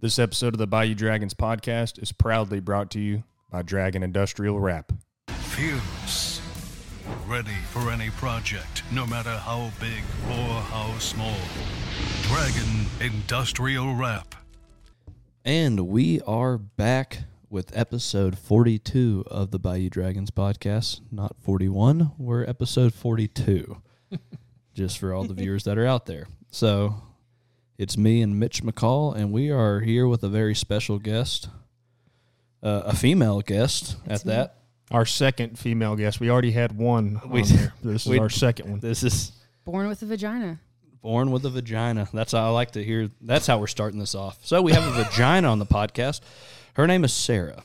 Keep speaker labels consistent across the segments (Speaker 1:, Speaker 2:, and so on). Speaker 1: This episode of the Bayou Dragons podcast is proudly brought to you by Dragon Industrial Wrap.
Speaker 2: Fierce. Ready for any project, no matter how big or how small. Dragon Industrial Wrap.
Speaker 3: And we are back with episode 42 of the Bayou Dragons podcast. Not 41, we're episode 42, just for all the viewers that are out there. So it's me and Mitch McCall, and we are here with a very special guest, uh, a female guest at that.
Speaker 1: Our second female guest. We already had one.
Speaker 3: We-
Speaker 1: on there. This is
Speaker 3: we-
Speaker 1: our second one.
Speaker 3: This is
Speaker 4: Born with a vagina.
Speaker 3: Born with a vagina. That's how I like to hear. That's how we're starting this off. So we have a vagina on the podcast. Her name is Sarah.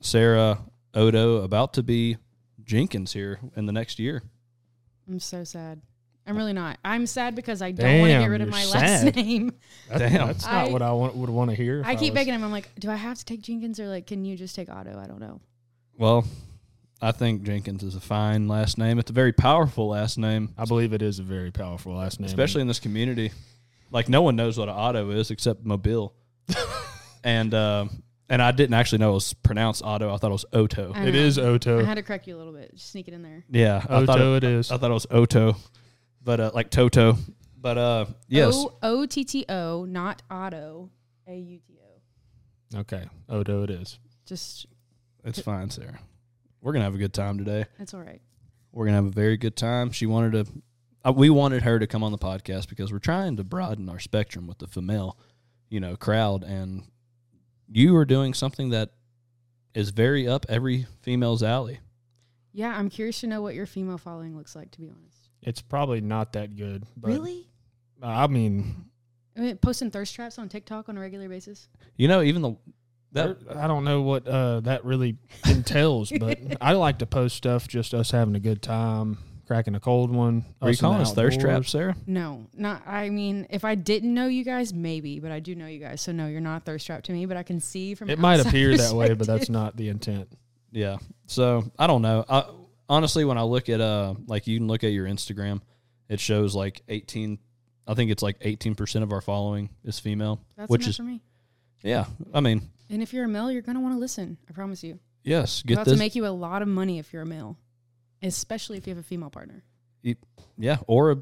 Speaker 3: Sarah Odo, about to be Jenkins here in the next year.
Speaker 4: I'm so sad. I'm really not. I'm sad because I don't want to get
Speaker 1: Damn,
Speaker 4: rid of
Speaker 1: you're
Speaker 4: my
Speaker 1: sad.
Speaker 4: last name.
Speaker 1: That-
Speaker 3: Damn.
Speaker 1: That's not
Speaker 4: I-
Speaker 1: what I want, would want to hear. if
Speaker 4: I keep
Speaker 1: was-
Speaker 4: begging him. I'm like, do I have to take Jenkins or like, can you just take Otto? I don't know.
Speaker 3: Well, I think Jenkins is a fine last name. It's a very powerful last name,
Speaker 1: I believe it is a very powerful last name.
Speaker 3: especially in this community. Like no one knows what an auto is except Mobile, and um and I didn't actually know it was pronounced auto. I thought it was Oto.
Speaker 4: I
Speaker 1: It
Speaker 4: know.
Speaker 1: is
Speaker 4: I
Speaker 1: Oto.
Speaker 4: had to correct you a little bit. Just sneak it in there.
Speaker 3: Yeah, I thought
Speaker 1: Oto it is.
Speaker 3: I thought it was uh, Oto, but uh, like Toto. But uh, yes,
Speaker 4: O O T T O, not Otto. A U T O.
Speaker 1: Okay.
Speaker 3: uh,
Speaker 1: Oto it is.
Speaker 4: Just,
Speaker 3: it's fine, Sarah. We're gonna have a good time today.
Speaker 4: it's all right.
Speaker 3: We're gonna have a very good time. She wanted to, uh, we wanted her to come on the podcast because we're trying to broaden our spectrum with the female, you know, crowd. And you are doing something that is very up every female's alley.
Speaker 4: Yeah, I'm curious to know what your female following looks like, to be honest.
Speaker 1: It's probably not that good. But
Speaker 4: really?
Speaker 1: I mean,
Speaker 4: I mean, posting thirst traps on TikTok on a regular basis?
Speaker 3: You know, even the that
Speaker 1: there- I don't know what uh, that really entails, but I like to post stuff just us having a good time, cracking a cold one.
Speaker 3: are you
Speaker 1: us in the
Speaker 3: calling us thirst
Speaker 1: outdoors.
Speaker 3: traps, Sarah?
Speaker 4: No, not. I mean, if I didn't know you guys, maybe, but I do know you guys, so no, you're not thirst trapped to me. But I can see from
Speaker 1: It might
Speaker 4: outside
Speaker 1: appear that way, but that's
Speaker 4: perspective.
Speaker 1: not the intent.
Speaker 3: Yeah. So I don't know. I, honestly, when I look at uh, like you can look at your Instagram, it shows like eighteen. I think it's like eighteen percent of our following is female,
Speaker 4: that's
Speaker 3: which
Speaker 4: enough
Speaker 3: is
Speaker 4: for me.
Speaker 3: yeah. I mean,
Speaker 4: And if you're a male, you're gonna want to listen. I promise you.
Speaker 3: yes,
Speaker 4: It's
Speaker 3: get
Speaker 4: about
Speaker 3: this,
Speaker 4: to make you a lot of money if you're a male, especially if you have a female partner.
Speaker 3: yeah, or a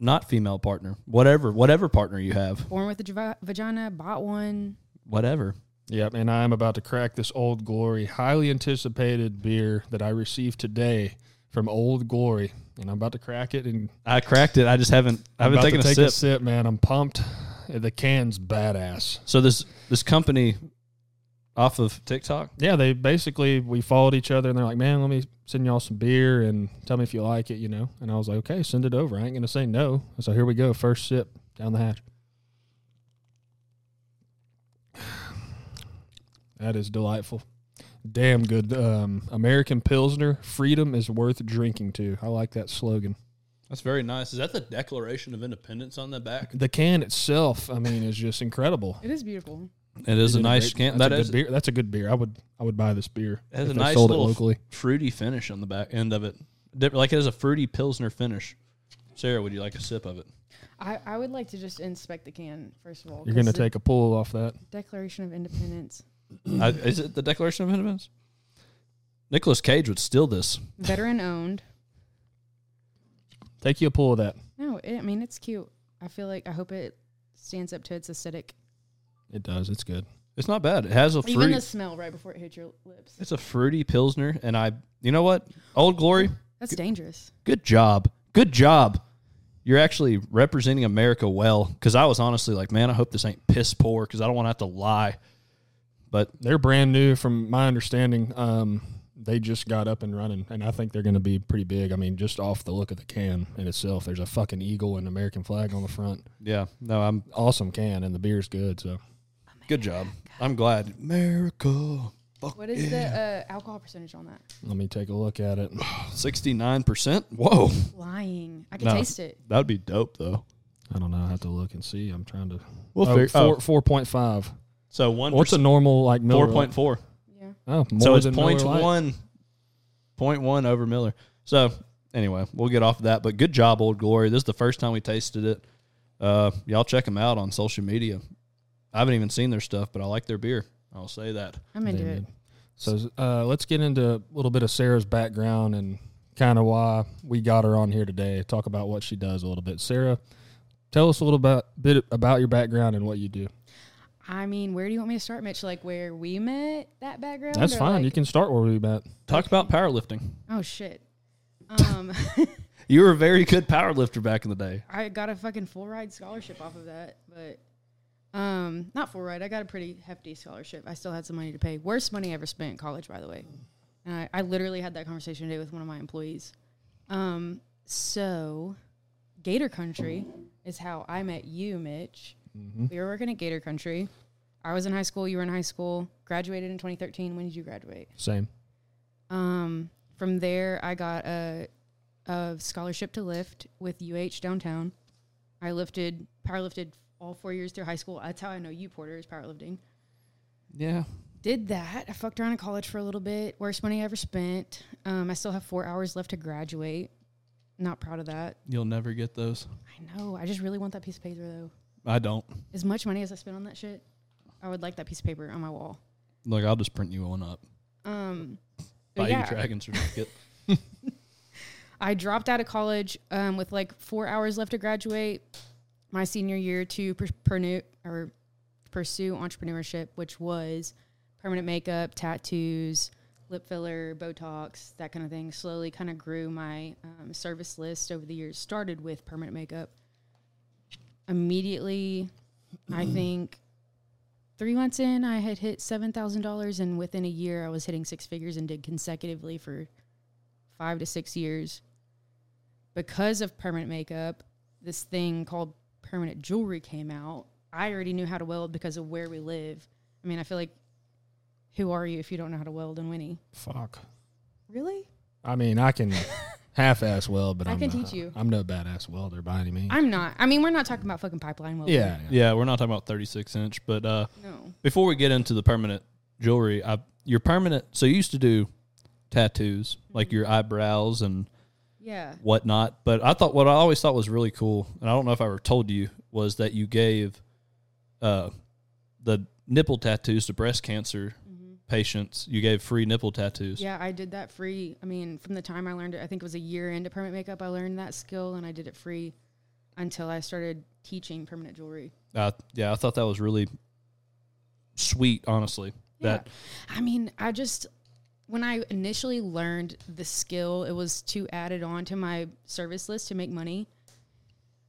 Speaker 3: not female partner, whatever, whatever partner you have,
Speaker 4: Born with a java- vagina, bought one.
Speaker 3: whatever.
Speaker 1: Yep, and I am about to crack this Old Glory, highly anticipated beer that I received today from Old Glory, and I'm about to crack it. And
Speaker 3: I cracked it. I just haven't.
Speaker 1: I'm
Speaker 3: I haven't
Speaker 1: about
Speaker 3: taken
Speaker 1: to
Speaker 3: a
Speaker 1: take
Speaker 3: sip.
Speaker 1: a sip, man. I'm pumped. The can's badass.
Speaker 3: So this this company off of TikTok.
Speaker 1: Yeah, they basically we followed each other, and they're like, "Man, let me send y'all some beer and tell me if you like it," you know. And I was like, "Okay, send it over. I ain't gonna say no." So here we go. First sip down the hatch. That is delightful. Damn good. Um, American Pilsner, freedom is worth drinking to. I like that slogan.
Speaker 3: That's very nice. Is that the Declaration of Independence on the back?
Speaker 1: The can itself, I mean, is just incredible.
Speaker 4: It is beautiful.
Speaker 3: It is
Speaker 1: They did
Speaker 3: a nice
Speaker 1: great-
Speaker 3: can.
Speaker 1: That's
Speaker 3: That
Speaker 1: a
Speaker 3: is
Speaker 1: good beer. That's a good beer. I would I would buy this beer.
Speaker 3: It has
Speaker 1: if
Speaker 3: a
Speaker 1: they
Speaker 3: nice
Speaker 1: sold it
Speaker 3: little
Speaker 1: locally.
Speaker 3: fruity finish on the back end of it. Dip- Like it has a fruity pilsner finish. Sarah, would you like a sip of it?
Speaker 4: I, I would like to just inspect the can first of all.
Speaker 1: You're gonna
Speaker 4: 'cause the
Speaker 1: take a pull off that.
Speaker 4: Declaration of Independence.
Speaker 3: I, is it the Declaration of Independence? Nicholas Cage would steal this.
Speaker 4: Veteran owned.
Speaker 1: Take you a pull of that.
Speaker 4: No, it, I mean it's cute. I feel like I hope it stands up to its aesthetic.
Speaker 1: It does. It's good.
Speaker 3: It's not bad. It has a
Speaker 4: Even
Speaker 3: fruity.
Speaker 4: the smell right before it hits your lips.
Speaker 3: it's a fruity pilsner, and I. You know what? Old Glory.
Speaker 4: That's dangerous.
Speaker 3: Good job. Good job. You're actually representing America well. Because I was honestly like, man, I hope this ain't piss poor. Because I don't want to have to lie. But
Speaker 1: They're brand new, from my understanding. Um, they just got up and running, and I think they're going to be pretty big. I mean, just off the look of the can in itself, there's a fucking eagle and American flag on the front.
Speaker 3: yeah, no, I'm
Speaker 1: Awesome can, and the beer's good. So
Speaker 3: good job. I'm glad. America. Fuck
Speaker 4: What is the uh, alcohol percentage on that?
Speaker 1: let me take a look at it.
Speaker 3: Sixty nine percent. Whoa,
Speaker 4: Lying. I can
Speaker 3: No.
Speaker 4: taste it.
Speaker 3: that'd be dope though.
Speaker 1: I don't know. I have to look and see. I'm trying to.
Speaker 3: We'll
Speaker 1: oh,
Speaker 3: figure-
Speaker 1: four,
Speaker 3: oh.
Speaker 1: four point five.
Speaker 3: So one
Speaker 1: What's a normal like Miller
Speaker 3: four point four.
Speaker 4: Yeah.
Speaker 1: Oh, more
Speaker 3: So it's
Speaker 1: than Miller
Speaker 3: point
Speaker 1: Lite.
Speaker 3: one, point one over Miller. So anyway, we'll get off of that. But good job, Old Glory. This is the first time we tasted it. Uh, y'all check them out on social media. I haven't even seen their stuff, but I like their beer. I'll say that.
Speaker 4: I'm into
Speaker 1: They
Speaker 4: it.
Speaker 1: did. So uh, let's get into a little bit of Sarah's background and kind of why we got her on here today. Talk about what she does a little bit. Sarah, tell us a little bit, bit about your background and what you do.
Speaker 4: I mean, where do you want me to start, Mitch? Like where we met that background?
Speaker 1: That's
Speaker 4: or,
Speaker 1: fine.
Speaker 4: like-
Speaker 1: you can start where we met.
Speaker 3: Talk about powerlifting.
Speaker 4: Oh shit. Um,
Speaker 3: You were a very good powerlifter back in the day.
Speaker 4: I got a fucking full ride scholarship off of that, but um, not full ride. I got a pretty hefty scholarship. I still had some money to pay. Worst money I ever spent in college, by the way. And I, I literally had that conversation today with one of my employees. Um, so, Gator Country is how I met you, Mitch. We were working at Gator Country. I was in high school. You were in high school. Graduated in 2013. When did you graduate?
Speaker 1: Same.
Speaker 4: Um, from there, I got a, a scholarship to lift with UH downtown. I lifted, powerlifted all four years through high school. That's how I know you, Porter, is powerlifting.
Speaker 3: Yeah.
Speaker 4: Did that. I fucked around in college for a little bit. Worst money I ever spent. Um, I still have four hours left to graduate. Not proud of that.
Speaker 3: You'll never get those.
Speaker 4: I know. I just really want that piece of paper, though.
Speaker 3: I don't.
Speaker 4: As much money as I spent on that shit, I would like that piece of paper on my wall.
Speaker 3: Look, I'll just print you one up.
Speaker 4: Um, but
Speaker 3: Buy you
Speaker 4: yeah.
Speaker 3: a dragon certificate.
Speaker 4: I dropped out of college um, with like four hours left to graduate my senior year to per- pernu- or pursue entrepreneurship, which was permanent makeup, tattoos, lip filler, Botox, that kind of thing. Slowly kind of grew my um, service list over the years, started with permanent makeup. Immediately, I think three months in, I had hit $7,000, and within a year, I was hitting six figures and did consecutively for five to six years because of permanent makeup this thing called permanent jewelry came out i already knew how to weld because of where we live i mean i feel like who are you if you don't know how to weld and winnie
Speaker 1: Fuck.
Speaker 4: really
Speaker 1: I mean, I can half-ass weld, but
Speaker 4: I
Speaker 1: I'm
Speaker 4: can
Speaker 1: no-
Speaker 4: teach you.
Speaker 1: I'm no badass welder by any means.
Speaker 4: i'm not i mean we're not talking about fucking pipeline welding
Speaker 1: yeah, yeah.
Speaker 3: yeah, we're not talking about 36 inch, but uh,
Speaker 4: no
Speaker 3: before we get into the permanent jewelry, I, your permanent. So you used to do tattoos, like your eyebrows and
Speaker 4: yeah
Speaker 3: whatnot. But I thought what I always thought was really cool, and I don't know if I ever told you, was that you gave uh, the nipple tattoos to breast cancer patients. You gave free nipple tattoos.
Speaker 4: yeah i did that free i mean from the time i learned it i think it was a year into permanent makeup i learned that skill and i did it free until i started teaching permanent jewelry
Speaker 3: Uh, yeah, I thought that was really sweet, honestly. That
Speaker 4: I mean, I just when I initially learned the skill, it was to add it on to my service list to make money.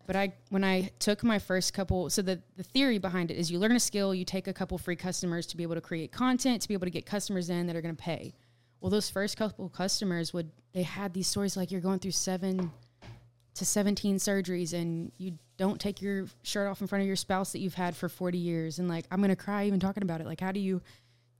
Speaker 4: But I when I took my first couple so the, the theory behind it is you learn a skill, you take a couple free customers to be able to create content, to be able to get customers in that are gonna pay. Well, those first couple customers would they had these stories like you're going through seven to 17 surgeries and you don't take your shirt off in front of your spouse that you've had for 40 years and like I'm going to cry even talking about it like how do you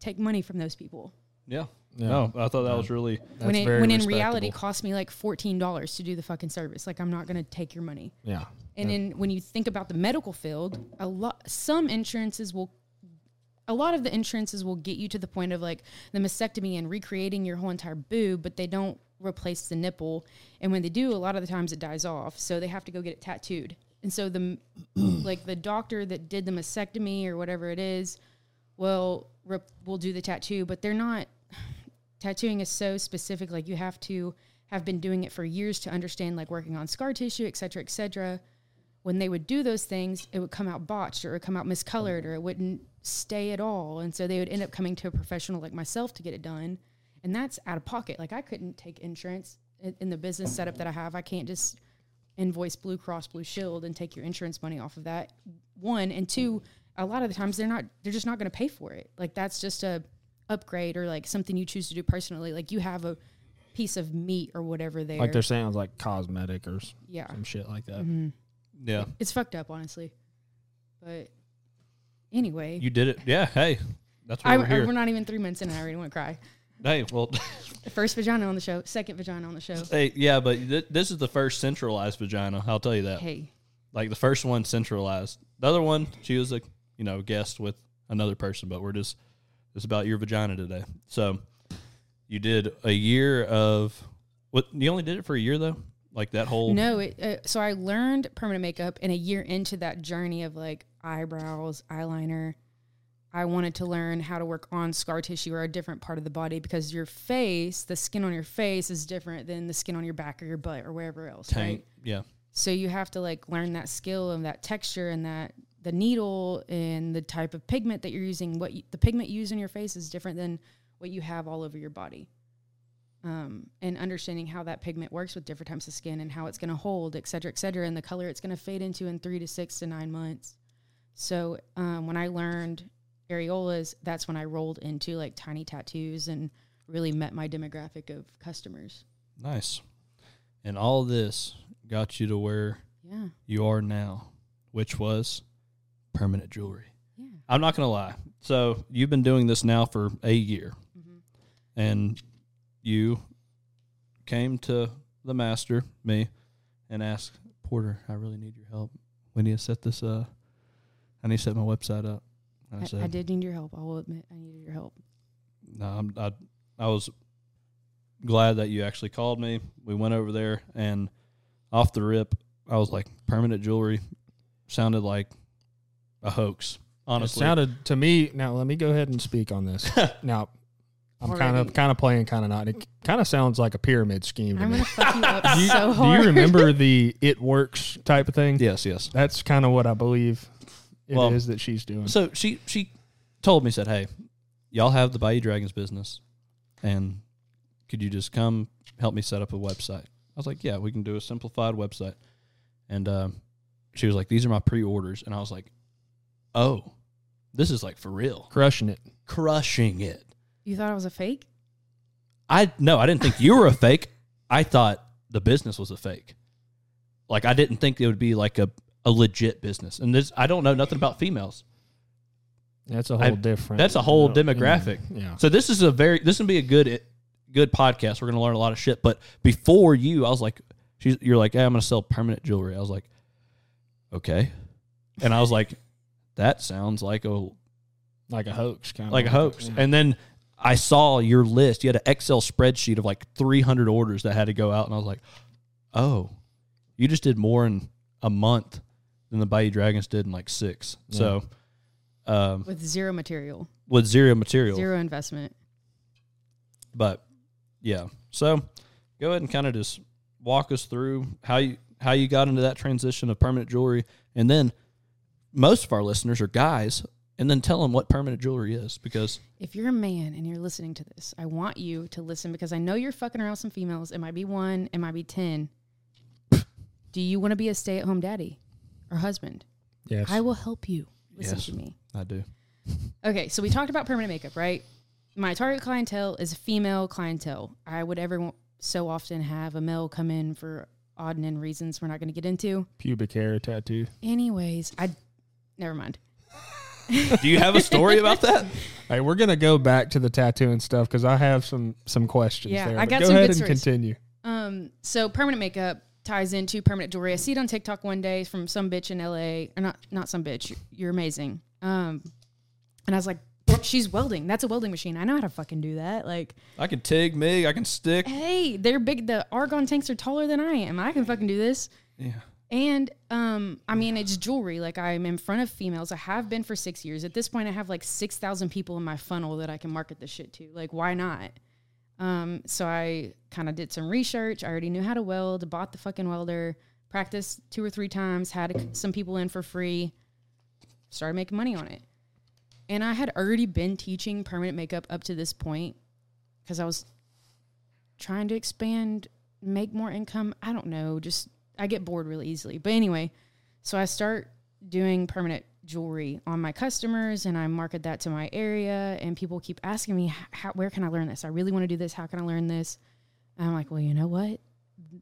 Speaker 4: take money from those people
Speaker 3: yeah. No, I thought that was really
Speaker 4: when
Speaker 1: That's
Speaker 4: it
Speaker 1: very
Speaker 4: when in reality it
Speaker 1: respectable.
Speaker 4: cost me like $14 to do the fucking service like I'm not going to take your money
Speaker 1: yeah.
Speaker 4: and then when you think about the medical field, a lot some insurances will a lot of the insurances will get you to the point of like the mastectomy and recreating your whole entire boob, but they don't replace the nipple. And when they do, a lot of the times it dies off, so they have to go get it tattooed. And so the like the doctor that did the mastectomy or whatever it is will rep- will do the tattoo, but they're not tattooing is so specific like you have to have been doing it for years to understand like working on scar tissue et cetera et cetera when they would do those things it would come out botched or it would come out
Speaker 1: Mm.
Speaker 4: miscolored or it wouldn't stay at all and so they would end up coming to a professional like myself to get it done and that's out of pocket like i couldn't take insurance in, in the business setup that i have i can't just invoice blue cross blue shield and take your insurance money off of that one and two a lot of the times they're not they're just not going to pay for it like that's just a upgrade or like something you choose to do personally like you have a piece of meat or whatever there
Speaker 1: Like they're saying, it was like cosmetic or s-
Speaker 4: yeah
Speaker 1: some shit like that.
Speaker 3: yeah.
Speaker 4: it's fucked up honestly but anyway
Speaker 3: You did it. Yeah. Hey, that's why
Speaker 4: I,
Speaker 3: we're
Speaker 4: I-
Speaker 3: here.
Speaker 4: we're not even three months in and i already want to cry
Speaker 3: hey, well,
Speaker 4: first vagina on the show second vagina on the show
Speaker 3: hey, yeah, but th- this is the first centralized vagina. I'll tell you that.
Speaker 4: hey
Speaker 3: Like the first one centralized. The other one, she was a you know guest with another person, but we're just it's about your vagina today. So you did a year of what? You only did it for a year though. Like that whole
Speaker 4: No, it, uh, so I learned permanent makeup, and a year into that journey of like eyebrows, eyeliner. I wanted to learn how to work on scar tissue or a different part of the body because your face, the skin on your face, is different than the skin on your back or your butt or wherever else, right?
Speaker 3: Tank. Yeah.
Speaker 4: So you have to like learn that skill and that texture and that the needle and the type of pigment that you're using. What you, the pigment used in your face is different than what you have all over your body. Um, and understanding how that pigment works with different types of skin and how it's going to hold, et cetera, et cetera, and the color it's going to fade into in three to six to nine months. So um, when I learned areolas, that's when I rolled into like tiny tattoos and really met my demographic of customers.
Speaker 3: Nice. And all this got you to where
Speaker 4: Yeah.
Speaker 3: you are now, which was permanent jewelry.
Speaker 4: Yeah.
Speaker 3: I'm not going to lie. So you've been doing this now for a year,
Speaker 4: Mm-hmm.
Speaker 3: and you came to the master, me, and asked Porter, "I really need your help. We need to set this up. I need to set my website up." And I, said,
Speaker 4: I, I did need your help. I will admit I needed your help.
Speaker 3: "No, I'm, I, I was glad that you actually called me. We went over there, and off the rip, I was like, permanent jewelry sounded like a hoax. Honestly,
Speaker 1: It sounded to me. Now let me go ahead and speak on this. now I'm kind
Speaker 4: Already.
Speaker 1: of kind of playing, kind of not. And it kind of sounds like a pyramid scheme to
Speaker 4: I'm
Speaker 1: me.
Speaker 4: gonna fuck you up
Speaker 1: Do you,
Speaker 4: so
Speaker 1: do you
Speaker 4: hard.
Speaker 1: remember the "it works" type of thing?
Speaker 3: yes, yes.
Speaker 1: That's kind of what I believe it is
Speaker 3: Well,
Speaker 1: that she's doing.
Speaker 3: So she she told me said, "Hey, y'all have the Bayou Dragons business, and could you just come help me set up a website?" I was like, "Yeah, we can do a simplified website." And um, she was like, "These are my pre-orders," and I was like, "Oh, this is like for real,
Speaker 1: Crushing it.
Speaker 3: crushing it."
Speaker 4: You thought I was a fake?
Speaker 3: I no, I didn't think you were a fake. I thought the business was a fake. Like I didn't think it would be like a a legit business. And this I don't know nothing about females.
Speaker 1: That's a whole
Speaker 3: I-
Speaker 1: different.
Speaker 3: That's a whole
Speaker 1: Yeah.
Speaker 3: demographic.
Speaker 1: Yeah.
Speaker 3: So this is a very this is gonna be a good good podcast. We're gonna learn a lot of shit. But before you, I was like, she's you're like, hey, I'm gonna sell permanent jewelry. I was like, okay, and I was like, that sounds like a
Speaker 1: Like a hoax, kind of
Speaker 3: like a hoax.
Speaker 1: Oh, Yeah.
Speaker 3: And then I saw your list. You had an Excel spreadsheet of like 300 orders that had to go out, and I was like, oh, you just did more in a month than the Bayou Dragons did in like six. So. Um,
Speaker 4: With zero material,
Speaker 3: with zero material,
Speaker 4: zero investment.
Speaker 3: but yeah so go ahead and kind of just walk us through how you how you got into that transition of permanent jewelry and then most of our listeners are guys and then tell them what permanent jewelry is because
Speaker 4: If you're a man and you're listening to this, I want you to listen because I know you're fucking around with some females. It might be one, it might be 10. Do you want to be a stay at home daddy or husband?
Speaker 1: Yes.
Speaker 4: I will help you. Listen
Speaker 3: Yes.
Speaker 4: to me.
Speaker 3: i do
Speaker 4: Okay, so we talked about permanent makeup, right? My target clientele is female clientele. I would every wo- so often have a male come in for odd and end reasons we're not going to get into.
Speaker 1: pubic hair tattoo.
Speaker 4: Anyways, I never mind.
Speaker 3: do you have a story about that
Speaker 1: Hey, we're gonna go back to the tattoo and stuff because I have some some questions
Speaker 4: Yeah,
Speaker 1: there.
Speaker 4: I
Speaker 1: but
Speaker 4: got
Speaker 1: go
Speaker 4: some
Speaker 1: ahead
Speaker 4: good
Speaker 1: and
Speaker 4: stories.
Speaker 1: continue.
Speaker 4: Um, so permanent makeup ties into permanent jewelry. I see it on TikTok one day from some bitch in LA, or not not some bitch. You're amazing. Um, and I was like, she's welding. That's a welding machine. I know how to fucking do that. Like,
Speaker 3: i can tig mig i can stick
Speaker 4: hey, they're big. The argon tanks are taller than I am. I can fucking do this.
Speaker 3: yeah
Speaker 4: And um, I mean, it's jewelry. Like I'm in front of females. I have been for six years. At this point, I have like six thousand people in my funnel that I can market this shit to. Like, why not? Um, so I kind of did some research. I already knew how to weld. Bought the fucking welder. Practiced two or three times. Had a- some people in for free. Started making money on it. And I had already been teaching permanent makeup up to this point because I was trying to expand, make more income. I don't know. Just I get bored really easily. But anyway, so I start doing permanent jewelry on my customers and I market that to my area and people keep asking me "H- how, where can I learn this? I really want to do this. How can I learn this? And I'm like, well, you know what?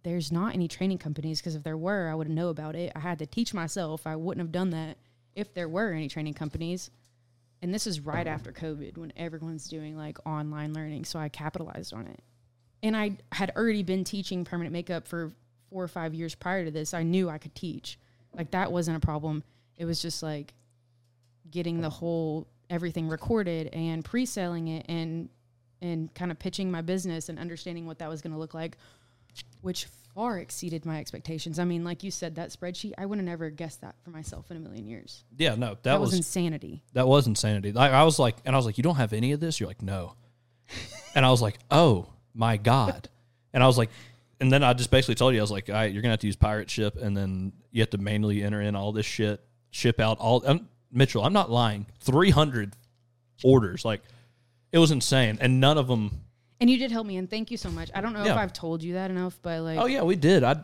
Speaker 4: There's not any training companies because if there were, I would know about it. I had to teach myself. I wouldn't have done that if there were any training companies. And this is right after COVID when everyone's doing like online learning. So I capitalized on it and I had already been teaching permanent makeup for four or five years prior to this. I knew I could teach. Like that wasn't a problem. It was just like getting the whole everything recorded and pre-selling it and and kind of pitching my business and understanding what that was going to look like, which far exceeded my expectations. I mean, like you said, that spreadsheet, I would have never guessed that for myself in a million years.
Speaker 3: Yeah, no, that,
Speaker 4: That,
Speaker 3: was,
Speaker 4: was, insanity.
Speaker 3: that was insanity. Like I was like, and I was like, you don't have any of this. You're like, no, and I was like, oh my god, and I was like, and then I just basically told you, I was like, all right, you're gonna have to use pirate ship, and then you have to manually enter in all this shit, ship out all. I'm, Mitchell, I'm not lying. Three hundred orders, like it was insane, and none of them.
Speaker 4: And you did help me, and thank you so much. I don't know
Speaker 3: Yeah.
Speaker 4: if I've told you that enough, but like,
Speaker 3: Oh yeah, we did. I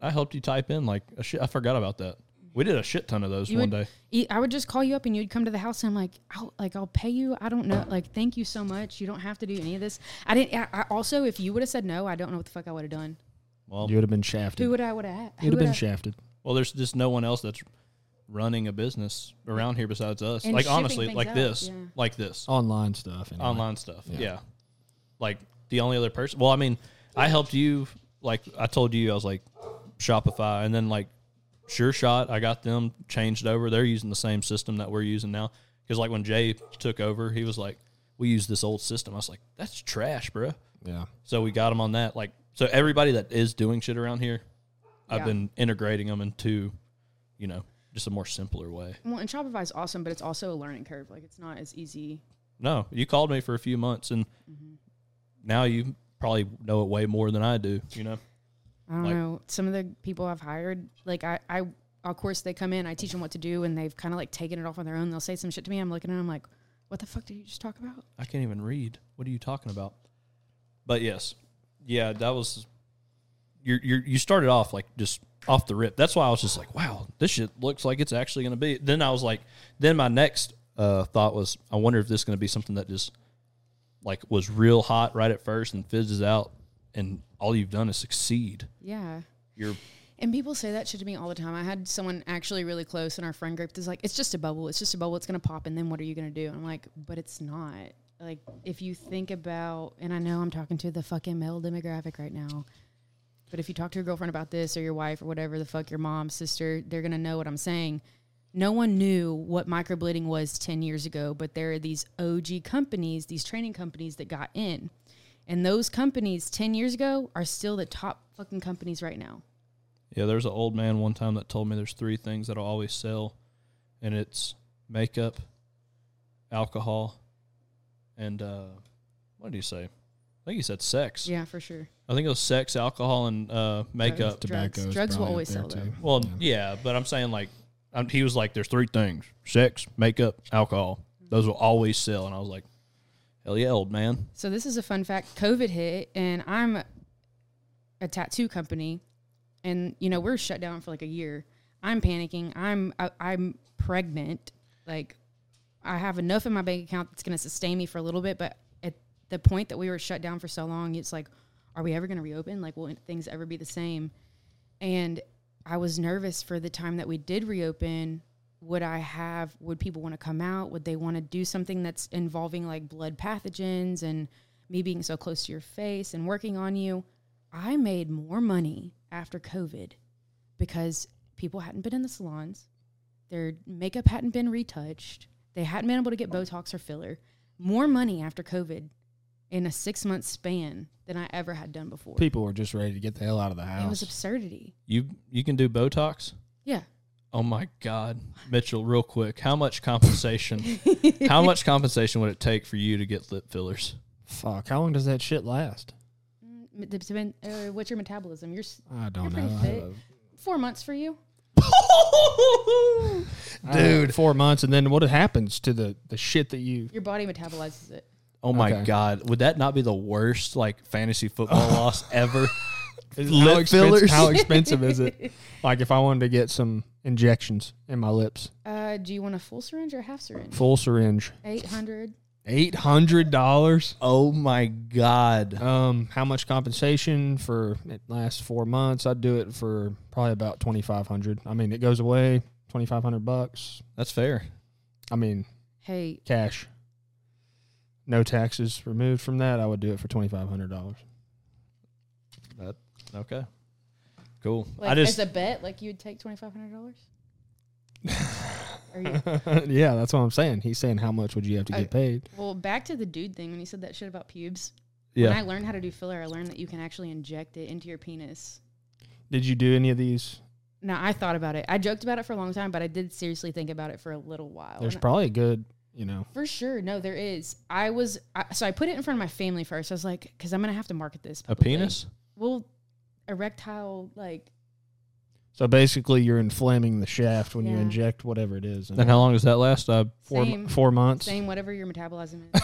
Speaker 3: I helped you type in like a shit. I forgot about that. We did a shit ton of those
Speaker 4: you
Speaker 3: one
Speaker 4: would,
Speaker 3: day.
Speaker 4: e- I would just call you up, and you'd come to the house, and I'm like, I'll, like I'll pay you. I don't know, like, thank you so much. You don't have to do any of this. I didn't. I, I also, if you would have said no, I don't know what the fuck I would have done.
Speaker 3: Well,
Speaker 1: You would have been
Speaker 4: Who
Speaker 1: shafted.
Speaker 4: would I would have?
Speaker 1: You'd have been shafted.
Speaker 3: Well, there's just no one else that's running a business around here besides us.
Speaker 4: And
Speaker 3: like
Speaker 4: shipping
Speaker 3: honestly,
Speaker 4: things
Speaker 3: like
Speaker 4: out,
Speaker 3: this,
Speaker 4: yeah.
Speaker 3: like this
Speaker 1: Online stuff. Anyway.
Speaker 3: online stuff. Yeah. Like the only other person. Well, I mean, I helped you. Like I told you, I was like Shopify, and then like Sure Shot. I got them changed over. They're using the same system that we're using now. Because like when Jay took over, he was like, "We use this old system." I was like, "That's trash, bruh.
Speaker 1: Yeah.
Speaker 3: So we got them on that. Like, so everybody that is doing shit around here, I've
Speaker 4: Yeah.
Speaker 3: been integrating them into, you know, just a more simpler way.
Speaker 4: Well, and Shopify is awesome, but it's also a learning curve. Like, it's not as easy.
Speaker 3: No, you called me for a few months, and now you probably know it way more than I do. You know,
Speaker 4: I don't
Speaker 3: Like-
Speaker 4: know. Some of the people I've hired, like I, I, of course, they come in, I teach them what to do, and they've kind of like taken it off on their own. They'll say some shit to me. I'm looking at them like, what the fuck did you just talk about?
Speaker 3: I can't even read. What are you talking about? But yes, yeah, that was. You you you started off like just off the rip. That's why I was just like, wow, this shit looks like it's actually going to be. Then I was like, then my next uh, thought was, I wonder if this is going to be something that just like was real hot right at first and fizzes out, and all you've done is succeed.
Speaker 4: Yeah.
Speaker 3: You're
Speaker 4: And people say that shit to me all the time. I had someone actually really close in our friend group that's like, it's just a bubble. It's just a bubble. It's going to pop. And then what are you going to do? And I'm like, but it's not. Like, if you think about, and I know I'm talking to the fucking male demographic right now, but if you talk to your girlfriend about this or your wife or whatever the fuck, your mom, sister, they're going to know what I'm saying. No one knew what microbleeding was 10 years ago, but there are these OG companies, these training companies that got in. And those companies 10 years ago are still the top fucking companies right now.
Speaker 3: Yeah, there was an old man one time that told me there's three things that'll always sell, and it's makeup, alcohol, and uh, what did he say? I think he said sex.
Speaker 4: Yeah, for sure.
Speaker 3: I think it was sex, alcohol, and uh, makeup.
Speaker 4: Drugs.
Speaker 1: Tobacco. is
Speaker 4: Drugs
Speaker 1: probably
Speaker 4: will
Speaker 1: up
Speaker 4: always
Speaker 1: there,
Speaker 4: sell
Speaker 1: too.
Speaker 4: them.
Speaker 3: Well, yeah, but I'm saying like um he was like, there's three things: sex, makeup, alcohol. Those will always sell, and I was like, hell yeah, old man.
Speaker 4: So this is a fun fact. COVID hit, and I'm a tattoo company, and you know we're shut down for like a year. I'm panicking. I'm I, I'm pregnant. Like I have enough in my bank account that's going to sustain me for a little bit. But at the point that we were shut down for so long, it's like, are we ever going to reopen? Like, will things ever be the same? And I was nervous for the time that we did reopen. Would I have, would people want to come out? Would they want to do something that's involving like blood pathogens and me being so close to your face and working on you? I made more money after COVID because people hadn't been in the salons. Their makeup hadn't been retouched. They hadn't been able to get Botox or filler. More money after COVID in a six month span than I ever had done before.
Speaker 1: People were just ready to get the hell out of the house.
Speaker 4: It was absurdity.
Speaker 3: You you can do Botox.
Speaker 4: Yeah.
Speaker 3: Oh my God, Mitchell! Real quick, how much compensation? how much compensation would it take for you to get lip fillers?
Speaker 1: Fuck. How long does that shit last?
Speaker 4: Mm, it depend- uh, what's your metabolism? You're s-
Speaker 1: I don't
Speaker 4: You're pretty
Speaker 1: know.
Speaker 4: fit. four months for you.
Speaker 1: Dude. Uh, four months, and then what happens to the, the shit that you.
Speaker 4: Your body metabolizes it.
Speaker 3: Oh my
Speaker 1: Okay.
Speaker 3: God, would that not be the worst like fantasy football loss ever?
Speaker 1: how,
Speaker 3: Lip fillers?
Speaker 1: expensive, how expensive is it? Like if I wanted to get some injections in my lips,
Speaker 4: Uh, do you want a full syringe or a half syringe?
Speaker 1: full syringe,
Speaker 4: Eight hundred.
Speaker 1: eight hundred dollars.
Speaker 3: Oh my God.
Speaker 1: Um, how much compensation for it lasts four months? I'd do it for probably about twenty five hundred. I mean, it goes away twenty five hundred bucks.
Speaker 3: That's fair.
Speaker 1: I mean,
Speaker 4: Hey,
Speaker 1: cash. No taxes removed from that. I would do it for twenty five hundred dollars.
Speaker 3: That, okay. Cool.
Speaker 4: like
Speaker 3: I just
Speaker 4: as a bet, like you would take twenty five hundred dollars. Are you?
Speaker 1: yeah, that's what I'm saying. He's saying how much would you have to
Speaker 4: I-
Speaker 1: get paid?
Speaker 4: Well, back to the dude thing when you said that shit about pubes. When
Speaker 3: yeah.
Speaker 4: I learned how to do filler, I learned that you can actually inject it into your penis
Speaker 1: Did you do any of these?
Speaker 4: Now I thought about it. I joked about it for a long time, but I did seriously think about it for a little while.
Speaker 1: There's
Speaker 4: And
Speaker 1: probably a good, you know.
Speaker 4: For sure. No, there is. I was, I, so I put it in front of my family first. I was like, because I'm going to have to market this.
Speaker 3: A
Speaker 4: publicly.
Speaker 3: penis?
Speaker 4: Well, erectile, like,
Speaker 1: So basically, you're inflaming the shaft when you
Speaker 4: Yeah.
Speaker 1: inject whatever it is.
Speaker 3: And how long does that last? Uh,
Speaker 1: Four,
Speaker 4: same,
Speaker 1: four months.
Speaker 4: same, whatever your metabolism is.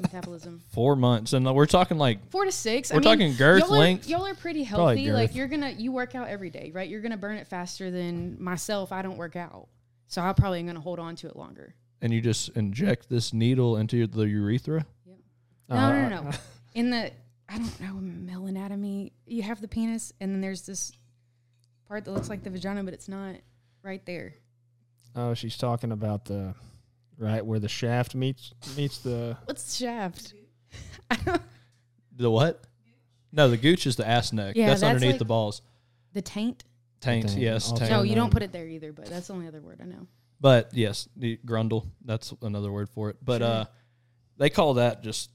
Speaker 4: metabolism.
Speaker 3: four months, and we're talking like
Speaker 4: Four to six.
Speaker 3: We're
Speaker 4: I mean,
Speaker 3: talking girth,
Speaker 4: y'all are,
Speaker 3: length.
Speaker 4: Y'all are pretty
Speaker 1: Probably
Speaker 4: healthy. Like,
Speaker 1: girth.
Speaker 4: you're going to, you work out every day, right? You're going to burn it faster than myself. I don't work out. So I'm probably going to hold on to it longer.
Speaker 3: and you just inject this needle into your- the urethra.
Speaker 1: Uh,
Speaker 4: No, no, no,
Speaker 3: Uh-huh.
Speaker 4: no. In the I don't know melanatomy, you have the penis, and then there's this part that looks like the vagina, but it's not right there.
Speaker 1: Oh, she's talking about the right where the shaft meets meets the.
Speaker 4: What's the shaft?
Speaker 3: The what? No, the gooch is the ass neck.
Speaker 4: Yeah,
Speaker 3: that's,
Speaker 4: that's
Speaker 3: underneath
Speaker 4: like-
Speaker 3: the balls.
Speaker 4: The taint?
Speaker 3: Taint,
Speaker 1: Taint,
Speaker 3: yes,
Speaker 1: also-
Speaker 3: taint.
Speaker 4: No,
Speaker 1: And
Speaker 4: you
Speaker 1: then-
Speaker 4: don't put it there either. But that's the only other word I know.
Speaker 3: But yes, the grundle. That's another word for it. But
Speaker 4: Sure.
Speaker 3: uh, they call that just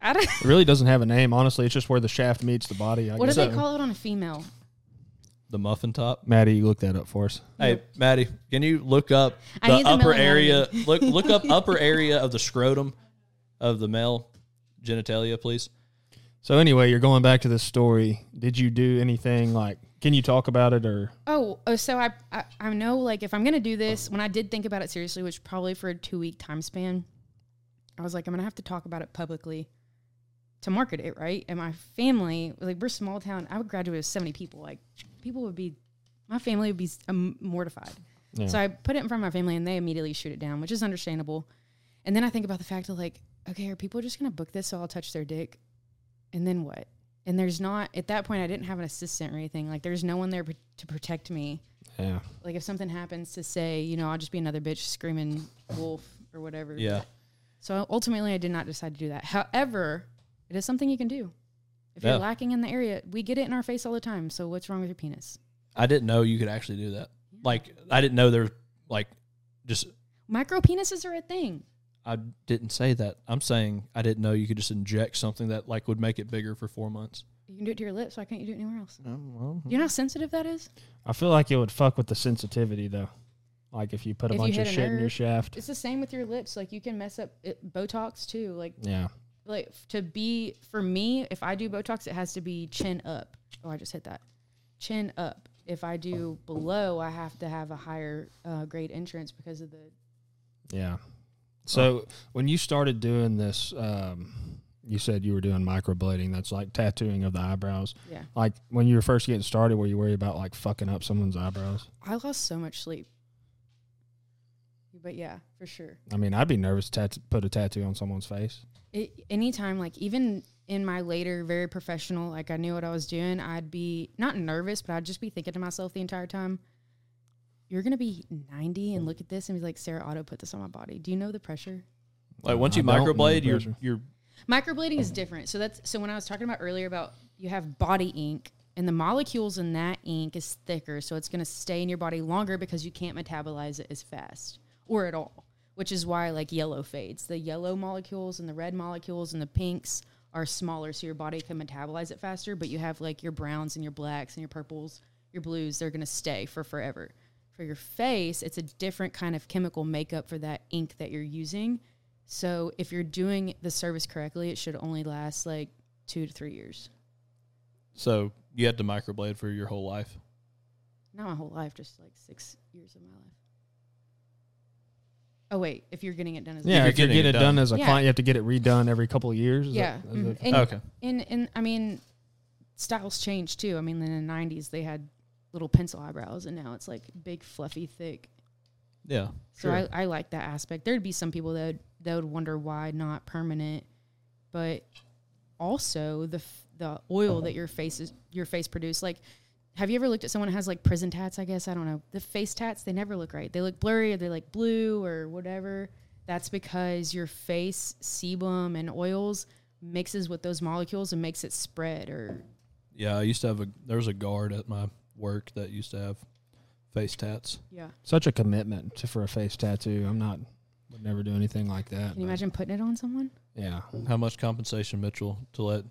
Speaker 4: I don't,
Speaker 1: It really doesn't have a name, honestly. It's just where the shaft meets the body. I
Speaker 4: what do
Speaker 1: guess.
Speaker 4: they call it on a female?
Speaker 3: the muffin top.
Speaker 1: Maddie, you look that up for us.
Speaker 3: Hey, Maddie, can you look up
Speaker 4: I
Speaker 3: the
Speaker 4: need the
Speaker 3: upper
Speaker 4: melatonin.
Speaker 3: area? Look, look up upper area of the scrotum of the male genitalia, please.
Speaker 1: So anyway, you're going back to this story. Did you do anything like? Can you talk about it or?
Speaker 4: Oh, oh so I, I I know like if I'm gonna do this, when I did think about it seriously, which probably for a two week time span, I was like, I'm gonna have to talk about it publicly to market it, right? And my family, like we're small town, I would graduate with 70 people. Like people would be, my family would be um, mortified.
Speaker 1: Yeah.
Speaker 4: So I put it in front of my family and they immediately shoot it down, which is understandable. And then I think about the fact of like, okay, are people just gonna book this so I'll touch their dick? And then what? And there's not, at that point, I didn't have an assistant or anything. Like there's no one there pr- to protect me.
Speaker 1: Yeah.
Speaker 4: Like if something happens to say, you know, I'll just be another bitch screaming wolf or whatever.
Speaker 3: Yeah,
Speaker 4: So ultimately, I did not decide to do that. However, it is something you can do. If
Speaker 3: Yeah.
Speaker 4: you're lacking in the area, we get it in our face all the time. So what's wrong with your penis?
Speaker 3: I didn't know you could actually do that. Like, I didn't know there's like just.
Speaker 4: Micro penises are a thing.
Speaker 3: I didn't say that. I'm saying I didn't know you could just inject something that like would make it bigger for four months.
Speaker 4: You can do it to your lips. Why can't you do it anywhere else? You know how sensitive that is?
Speaker 1: I feel like it would fuck with the sensitivity though. Like if you put a
Speaker 4: If you
Speaker 1: bunch of
Speaker 4: hit a
Speaker 1: shit in your
Speaker 4: nerve.
Speaker 1: shaft.
Speaker 4: It's the same with your lips. Like you can mess up it, Botox too. Like
Speaker 1: Yeah.
Speaker 4: like to be for me, if I do Botox, it has to be chin up. Oh, I just hit that. Chin up. If I do below, I have to have a higher uh, grade entrance because of the
Speaker 1: Yeah.
Speaker 4: Oh.
Speaker 1: So when you started doing this, um, you said you were doing microblading. That's like tattooing of the eyebrows.
Speaker 4: yeah.
Speaker 1: Like when you were first getting started, were you worried about like fucking up someone's eyebrows?
Speaker 4: I lost so much sleep. But yeah, for sure.
Speaker 1: I mean, I'd be nervous to tat- put a tattoo on someone's face.
Speaker 4: It, anytime, like even in my later, very professional, like I knew what I was doing, I'd be not nervous, but I'd just be thinking to myself the entire time, you're going to be 90 and look at this and be like, Sarah Otto put this on my body. Do you know the pressure?
Speaker 3: Like once
Speaker 1: I
Speaker 3: you
Speaker 1: don't know the
Speaker 3: microblade, you're
Speaker 1: pressure.
Speaker 3: you're
Speaker 4: Microblading is different. So that's so when I was talking about earlier about you have body ink and the molecules in that ink is thicker, so it's going to stay in your body longer because you can't metabolize it as fast or at all, which is why like yellow fades. The yellow molecules and the red molecules and the pinks are smaller so your body can metabolize it faster, but you have like your browns and your blacks and your purples, your blues, they're going to stay for forever. For your face, it's a different kind of chemical makeup for that ink that you're using. So if you're doing the service correctly, it should only last like two to three years.
Speaker 3: so you had to microblade for your whole life.
Speaker 4: Not my whole life, just like six years of my life. Oh wait, if you're getting it done as
Speaker 1: Yeah,
Speaker 3: you're
Speaker 1: if you're
Speaker 3: getting
Speaker 1: getting
Speaker 3: it
Speaker 1: it done,
Speaker 3: done.
Speaker 1: as a
Speaker 4: Yeah.
Speaker 1: client, you have to get it redone every couple of years. Is
Speaker 4: yeah,
Speaker 1: that- is
Speaker 4: mhm.
Speaker 1: that-
Speaker 4: and,
Speaker 3: Oh, okay,
Speaker 4: and and I mean, styles change too. I mean, in the '90s they had little pencil eyebrows, and now it's like big, fluffy, thick.
Speaker 3: yeah,
Speaker 4: So I, I like that aspect. There'd be some people that would, that would wonder why not permanent, but also the f- the oil that your face is your face produce. Like, have you ever looked at someone who has like prison tats? I guess I don't know. The face tats they never look right. They look blurry or they like blue or whatever. That's because your face sebum and oils mixes with those molecules and makes it spread or
Speaker 3: yeah. I used to have a there was a guard at my work that used to have face tats.
Speaker 4: yeah.
Speaker 1: Such a commitment to, for a face tattoo. I'm not would never do anything like that.
Speaker 4: Can you imagine putting it on someone?
Speaker 1: Yeah.
Speaker 3: How much compensation, Mitchell, to let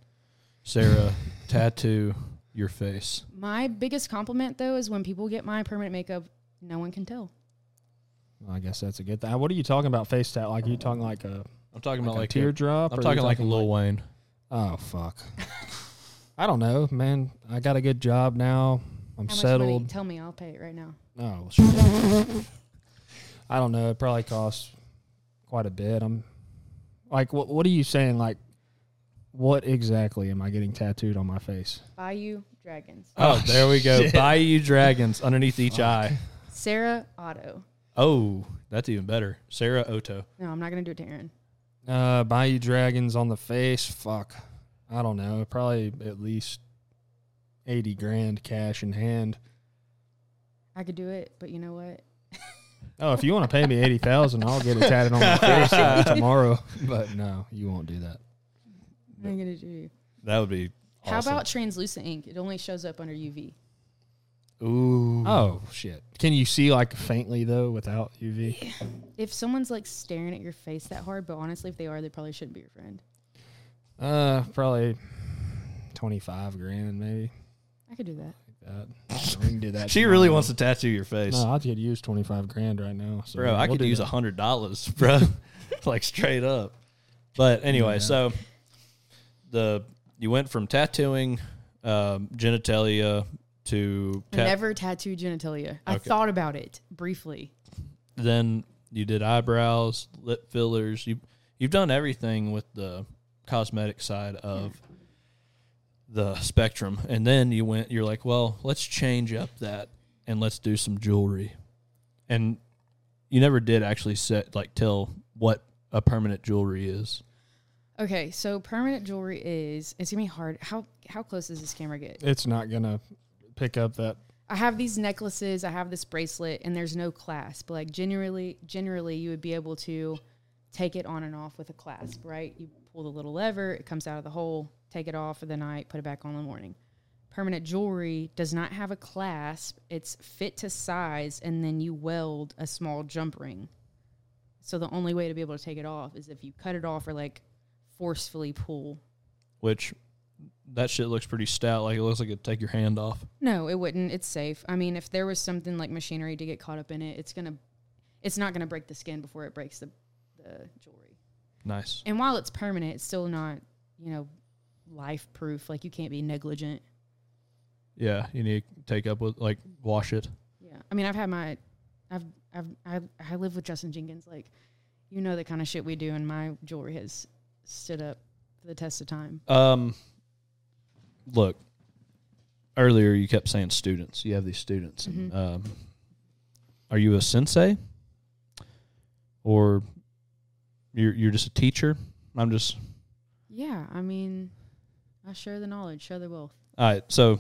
Speaker 3: Sarah tattoo your face.
Speaker 4: My biggest compliment though is when people get my permanent makeup, no one can tell.
Speaker 1: Well, I guess that's a good thing. What are you talking about face tat? Like are you talking like a,
Speaker 3: I'm talking
Speaker 1: like
Speaker 3: about
Speaker 1: a
Speaker 3: like a-
Speaker 1: teardrop?
Speaker 3: I'm
Speaker 1: or are you
Speaker 3: talking like a Lil Wayne.
Speaker 1: Oh fuck. I don't know, man. I got a good job now. I'm
Speaker 4: How Much money?
Speaker 1: settled.
Speaker 4: Tell me, I'll pay it right now.
Speaker 1: Oh, shit. I don't know. It probably costs quite a bit. I'm like, what? What are you saying? Like, what exactly am I getting tattooed on my face?
Speaker 4: Bayou Dragons.
Speaker 3: Oh, there we go. Bayou Dragons underneath each eye.
Speaker 4: Sarah Otto.
Speaker 3: Oh, that's even better. Sarah Oto.
Speaker 4: No, I'm not gonna do it to Aaron.
Speaker 1: Uh, Bayou Dragons on the face. Fuck. I don't know. Probably at least eighty grand cash in hand.
Speaker 4: I could do it, but you know what?
Speaker 1: Oh, if you want to pay me eighty thousand, I'll get it tatted on my face uh, tomorrow. But no, you won't do that.
Speaker 4: I'm gonna do. you.
Speaker 3: That would be.
Speaker 4: How
Speaker 3: awesome.
Speaker 4: about translucent ink? It only shows up under UV.
Speaker 3: Ooh.
Speaker 1: Oh shit! Can you see like faintly though without UV?
Speaker 4: If someone's like staring at your face that hard, but honestly, if they are, they probably shouldn't be your friend.
Speaker 1: Uh, probably twenty-five grand, maybe.
Speaker 4: I could do that.
Speaker 1: That we can do that.
Speaker 3: She
Speaker 1: tomorrow.
Speaker 3: really wants to tattoo your face,
Speaker 1: No, I could use twenty-five grand right now. So
Speaker 3: bro. I
Speaker 1: we'll
Speaker 3: could
Speaker 1: do
Speaker 3: use a
Speaker 1: that.
Speaker 3: hundred dollars, bro. like straight up. But anyway, so the you went from tattooing um, genitalia to
Speaker 4: I
Speaker 3: tat-
Speaker 4: Never tattoo genitalia. I
Speaker 3: Okay.
Speaker 4: thought about it briefly.
Speaker 3: then you did eyebrows, lip fillers. You you've done everything with the cosmetic side of the spectrum, and then you went. You're like, well, let's change up that and let's do some jewelry, and you never did actually set like tell what a permanent jewelry is.
Speaker 4: Okay, so permanent jewelry is it's gonna be hard. How how close does this camera get?
Speaker 1: It's not gonna pick up that.
Speaker 4: I have these necklaces, I have this bracelet, and there's no clasp. Like generally, generally, you would be able to take it on and off with a clasp, right? You pull the little lever, it comes out of the hole, take it off for the night, put it back on in the morning. Permanent jewelry does not have a clasp. It's fit to size, and then you weld a small jump ring. So the only way to be able to take it off is if you cut it off or like forcefully pull.
Speaker 3: Which that shit looks pretty stout. Like it looks like it'd take your hand off.
Speaker 4: No, it wouldn't. It's safe. I mean, if there was something like machinery to get caught up in it, it's gonna, it's not gonna break the skin before it breaks the, the jewelry.
Speaker 3: Nice.
Speaker 4: And while it's permanent, it's still not, you know, life proof. Like you can't be negligent.
Speaker 3: Yeah, you need to take up with like wash it.
Speaker 4: Yeah. I mean, I've had my, I've, I've, I, I live with Justin Jenkins. Like, you know the kind of shit we do, and my jewelry has stood up to the test of time.
Speaker 3: Um, look, earlier you kept saying students. You have these students. And, um, are you a sensei, or you're you're just a teacher? I'm just
Speaker 4: Yeah. I mean, I share the knowledge, share the wealth.
Speaker 3: all right. So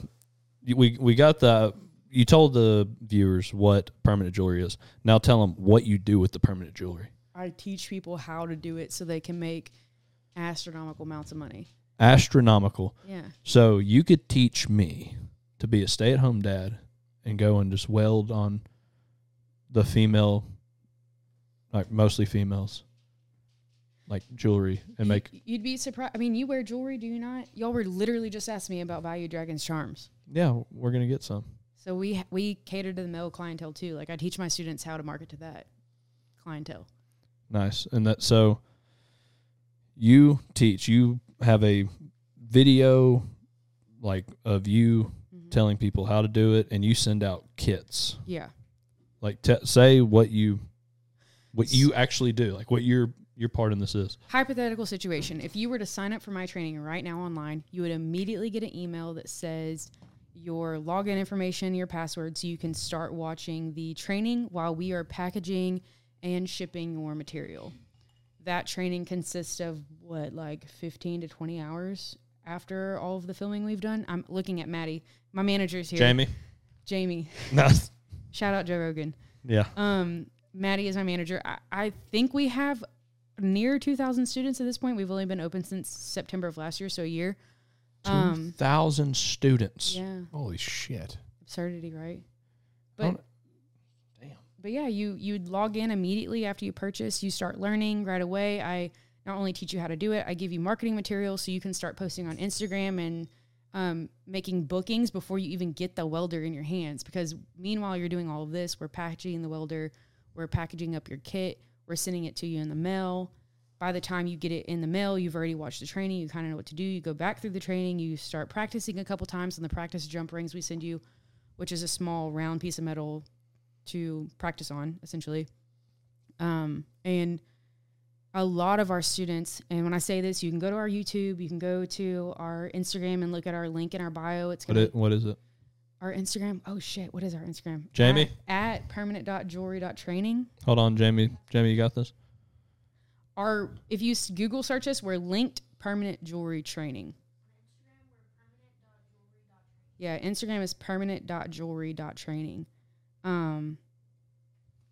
Speaker 3: you- we we got the. You told the viewers what permanent jewelry is. Now tell them what you do with the permanent jewelry.
Speaker 4: I teach people how to do it so they can make astronomical amounts of money.
Speaker 3: Astronomical.
Speaker 4: Yeah.
Speaker 3: So you could teach me to be a stay-at-home dad and go and just weld on the female, like mostly females, like jewelry and
Speaker 4: You-
Speaker 3: make.
Speaker 4: You'd be surprised. I mean, you wear jewelry, do you not? Y'all were literally just asking me about Value Dragon's charms.
Speaker 3: Yeah, we're gonna get some.
Speaker 4: So we we cater to the male clientele too. Like I teach my students how to market to that clientele.
Speaker 3: Nice. And that so you teach, you have a video like of you telling people how to do it and you send out kits.
Speaker 4: Yeah.
Speaker 3: Like te- say what you what you actually do, like what your your part in this is.
Speaker 4: Hypothetical situation. If you were to sign up for my training right now online, you would immediately get an email that says your login information, your password, so you can start watching the training while we are packaging and shipping your material. That training consists of what, like 15 to 20 hours after all of the filming we've done? I'm looking at Maddie. My manager's here.
Speaker 3: Jamie.
Speaker 4: Jamie.
Speaker 3: Nice.
Speaker 4: Shout out Joe Rogan.
Speaker 3: Yeah.
Speaker 4: Um, Maddie is my manager. I, I think we have near 2,000 students at this point. We've only been open since September of last year, so a year. Um,
Speaker 3: Thousand students.
Speaker 4: yeah,
Speaker 1: Holy shit!
Speaker 4: absurdity, right?
Speaker 3: I don't-
Speaker 4: But but yeah, you you'd log in immediately after you purchase. You start learning right away. I not only teach you how to do it, I give you marketing material so you can start posting on Instagram and um, making bookings before you even get the welder in your hands. Because meanwhile, you're doing all of this, we're packaging the welder, we're packaging up your kit, we're sending it to you in the mail. By the time you get it in the mail, you've already watched the training, you kind of know what to do. You go back through the training, you start practicing a couple times on the practice jump rings we send you, which is a small round piece of metal to practice on, essentially. Um, and a lot of our students, and when I say this, you can go to our YouTube, you can go to our Instagram and look at our link in our bio. It's
Speaker 3: What
Speaker 4: gonna
Speaker 3: it, what is it?
Speaker 4: our Instagram. Oh shit, what is our Instagram?
Speaker 3: Jamie?
Speaker 4: at, at permanent.jewelry.training.
Speaker 3: Hold on, Jamie. Jamie, you got this?
Speaker 4: Our if you s- Google search us, we're linked permanent jewelry training. Yeah, Instagram is permanent.jewelry.training. Um,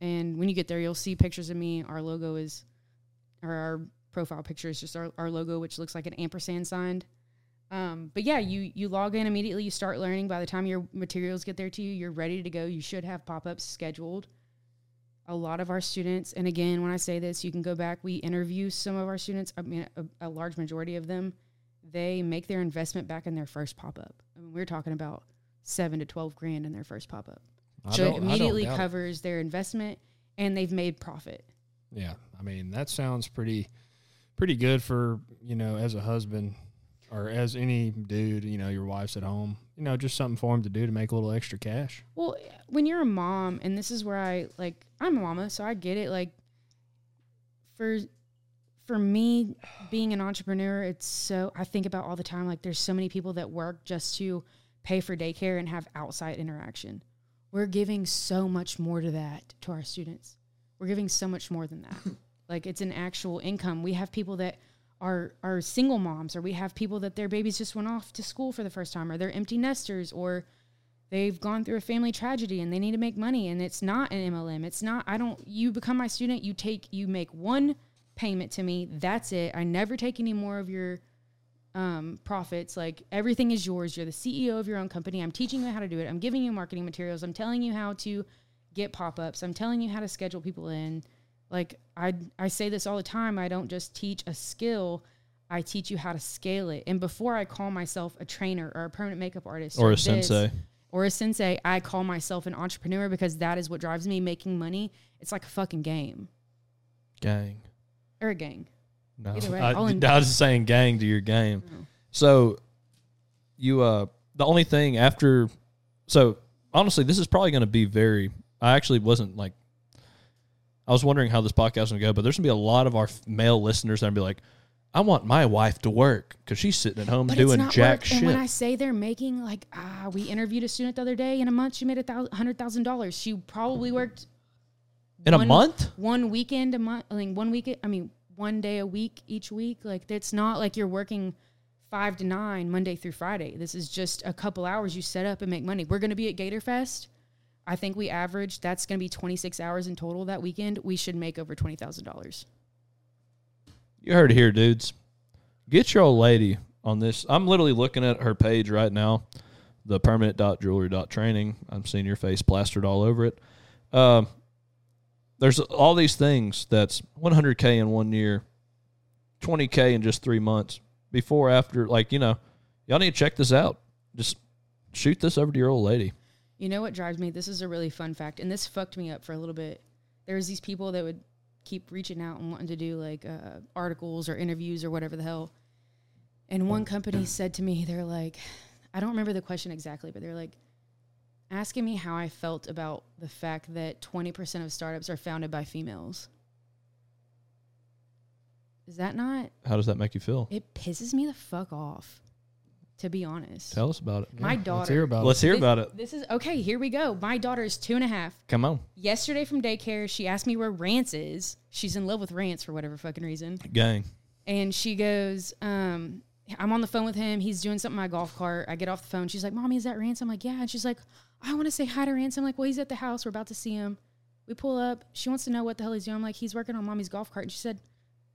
Speaker 4: and when you get there, you'll see pictures of me. Our logo is, or our profile picture is just our, our logo, which looks like an ampersand signed. Um, but yeah, you you log in immediately. You start learning. By the time your materials get there to you, you're ready to go. You should have pop ups scheduled. A lot of our students, and again, when I say this, you can go back. We interview some of our students. I mean, a, a large majority of them, they make their investment back in their first pop up. I mean, we're talking about seven to twelve grand in their first pop up.
Speaker 1: I
Speaker 4: So
Speaker 1: don't-
Speaker 4: it
Speaker 1: I don't
Speaker 4: immediately
Speaker 1: doubt it.
Speaker 4: covers their investment and they've made profit.
Speaker 1: Yeah, I mean that sounds pretty, pretty good for you know as a husband or as any dude. You know, your wife's at home. You know, just something for him to do to make a little extra cash.
Speaker 4: Well, when you're a mom, and this is where I like, I'm a mama, so I get it. Like, for for me, being an entrepreneur, it's so I think about all the time. Like, there's so many people that work just to pay for daycare and have outside interaction. We're giving so much more to that to our students. We're giving so much more than that. like, it's an actual income. We have people that are are single moms, or we have people that their babies just went off to school for the first time, or they're empty nesters, or they've gone through a family tragedy and they need to make money and it's not an MLM. It's not I don't you become my student, you take you make one payment to me. That's it. I never take any more of your um, profits. Like everything is yours. You're the CEO of your own company. I'm teaching you how to do it. I'm giving you marketing materials. I'm telling you how to get pop-ups. I'm telling you how to schedule people in. Like I I say this all the time. I don't just teach a skill. I teach you how to scale it. And before I call myself a trainer or a permanent makeup artist
Speaker 3: Or a
Speaker 4: this,
Speaker 3: sensei.
Speaker 4: or a sensei, I call myself an entrepreneur because that is what drives me making money. It's like a fucking game
Speaker 3: Gang.
Speaker 4: or a gang.
Speaker 3: No.
Speaker 4: Either way,
Speaker 3: I,
Speaker 4: I'll Oh. en-
Speaker 3: I was just saying gang to your game. So you uh the only thing after so honestly this is probably gonna be very I actually wasn't like I was wondering how this podcast was gonna go, but there's gonna be a lot of our f- male listeners that are gonna be like, I want my wife to work because she's sitting at home
Speaker 4: But it's
Speaker 3: doing
Speaker 4: not
Speaker 3: jack
Speaker 4: work.
Speaker 3: shit.
Speaker 4: And when I say they're making like, ah, we interviewed a student the other day. In a month, she made a thou- hundred thousand dollars. She probably worked
Speaker 3: in a
Speaker 4: one-
Speaker 3: month?
Speaker 4: one weekend a month. I mean, one week. I mean, one day a week each week. Like it's not like you're working five to nine Monday through Friday. This is just a couple hours you set up and make money. We're gonna be at Gator Fest. I think we averaged that's gonna be 26 hours in total that weekend. We should make over twenty thousand dollars.
Speaker 3: You heard it here, dudes. Get your old lady on this. I'm literally looking at her page right now, the permanent.jewelry.training. I'm seeing your face plastered all over it. Um, there's all these things that's 100K in one year, 20K in just three months, before, after. Like, you know, y'all need to check this out. Just shoot this over to your old lady.
Speaker 4: You know what drives me? This is a really fun fact, and this fucked me up for a little bit. There was these people that would keep reaching out and wanting to do like uh, articles or interviews or whatever the hell. And
Speaker 1: Oh,
Speaker 4: one company said to me, they're like, I don't remember the question exactly, but they're like asking me how I felt about the fact that 20% of startups are founded by females. Is that not?
Speaker 3: How does that make you feel?
Speaker 4: It pisses me the fuck off, to be honest.
Speaker 3: Tell us about it.
Speaker 4: My
Speaker 1: Yeah, Let's
Speaker 4: daughter-
Speaker 1: hear about
Speaker 3: Let's
Speaker 1: it.
Speaker 3: hear
Speaker 4: This-
Speaker 3: about it.
Speaker 4: This is okay. Here we go. My daughter is two and a half
Speaker 3: Come on.
Speaker 4: yesterday from daycare, she asked me where Rance is. She's in love with Rance for whatever fucking reason.
Speaker 3: Gang.
Speaker 4: And she goes, um, I'm on the phone with him. He's doing something in my golf cart. I get off the phone. She's like, Mommy, is that Rance? I'm like, Yeah. And she's like, I want to say hi to Rance. I'm like, Well, he's at the house. We're about to see him. We pull up. She wants to know what the hell he's doing. I'm like, He's working on Mommy's golf cart. And she said,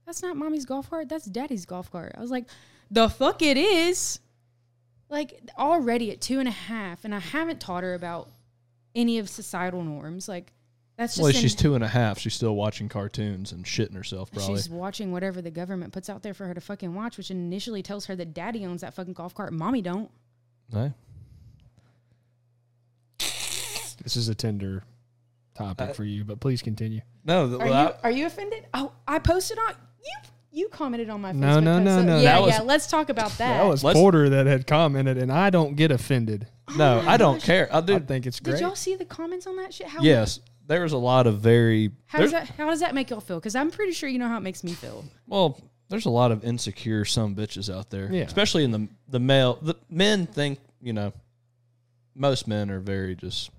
Speaker 4: That's not Mommy's golf cart. That's Daddy's golf cart. I was like, The fuck it is. Like, already at two and a half. And I haven't taught her about any of societal norms. Like, that's just
Speaker 3: Well,
Speaker 4: in-
Speaker 3: she's two and a half. She's still watching cartoons and shitting herself, probably.
Speaker 4: She's watching whatever the government puts out there for her to fucking watch, which initially tells her that daddy owns that fucking golf cart, mommy don't.
Speaker 3: No.
Speaker 1: This is a tender topic
Speaker 3: I-
Speaker 1: for you, but please continue.
Speaker 3: No, th-
Speaker 4: Are
Speaker 3: well,
Speaker 4: you are you offended? Oh, I posted on you. You commented on my Facebook.
Speaker 1: No, no,
Speaker 4: post.
Speaker 1: no,
Speaker 4: So-
Speaker 1: no.
Speaker 4: Yeah,
Speaker 3: That was-
Speaker 4: yeah. Let's talk about that.
Speaker 1: That was
Speaker 3: Let's-
Speaker 1: Porter that had commented, and I don't get offended.
Speaker 3: I-
Speaker 4: Oh
Speaker 3: no, I don't care. I
Speaker 1: I
Speaker 3: do.
Speaker 1: think it's
Speaker 4: Did
Speaker 1: great.
Speaker 4: y'all see the comments on that shit? How
Speaker 3: Yes, there was a lot of very.
Speaker 4: How does
Speaker 3: there's-
Speaker 4: that How does that make y'all feel? Because I'm pretty sure you know how it makes me feel.
Speaker 3: Well, there's a lot of insecure some bitches out there,
Speaker 1: Yeah.
Speaker 3: especially in the the male. The men think you know, most men are very just.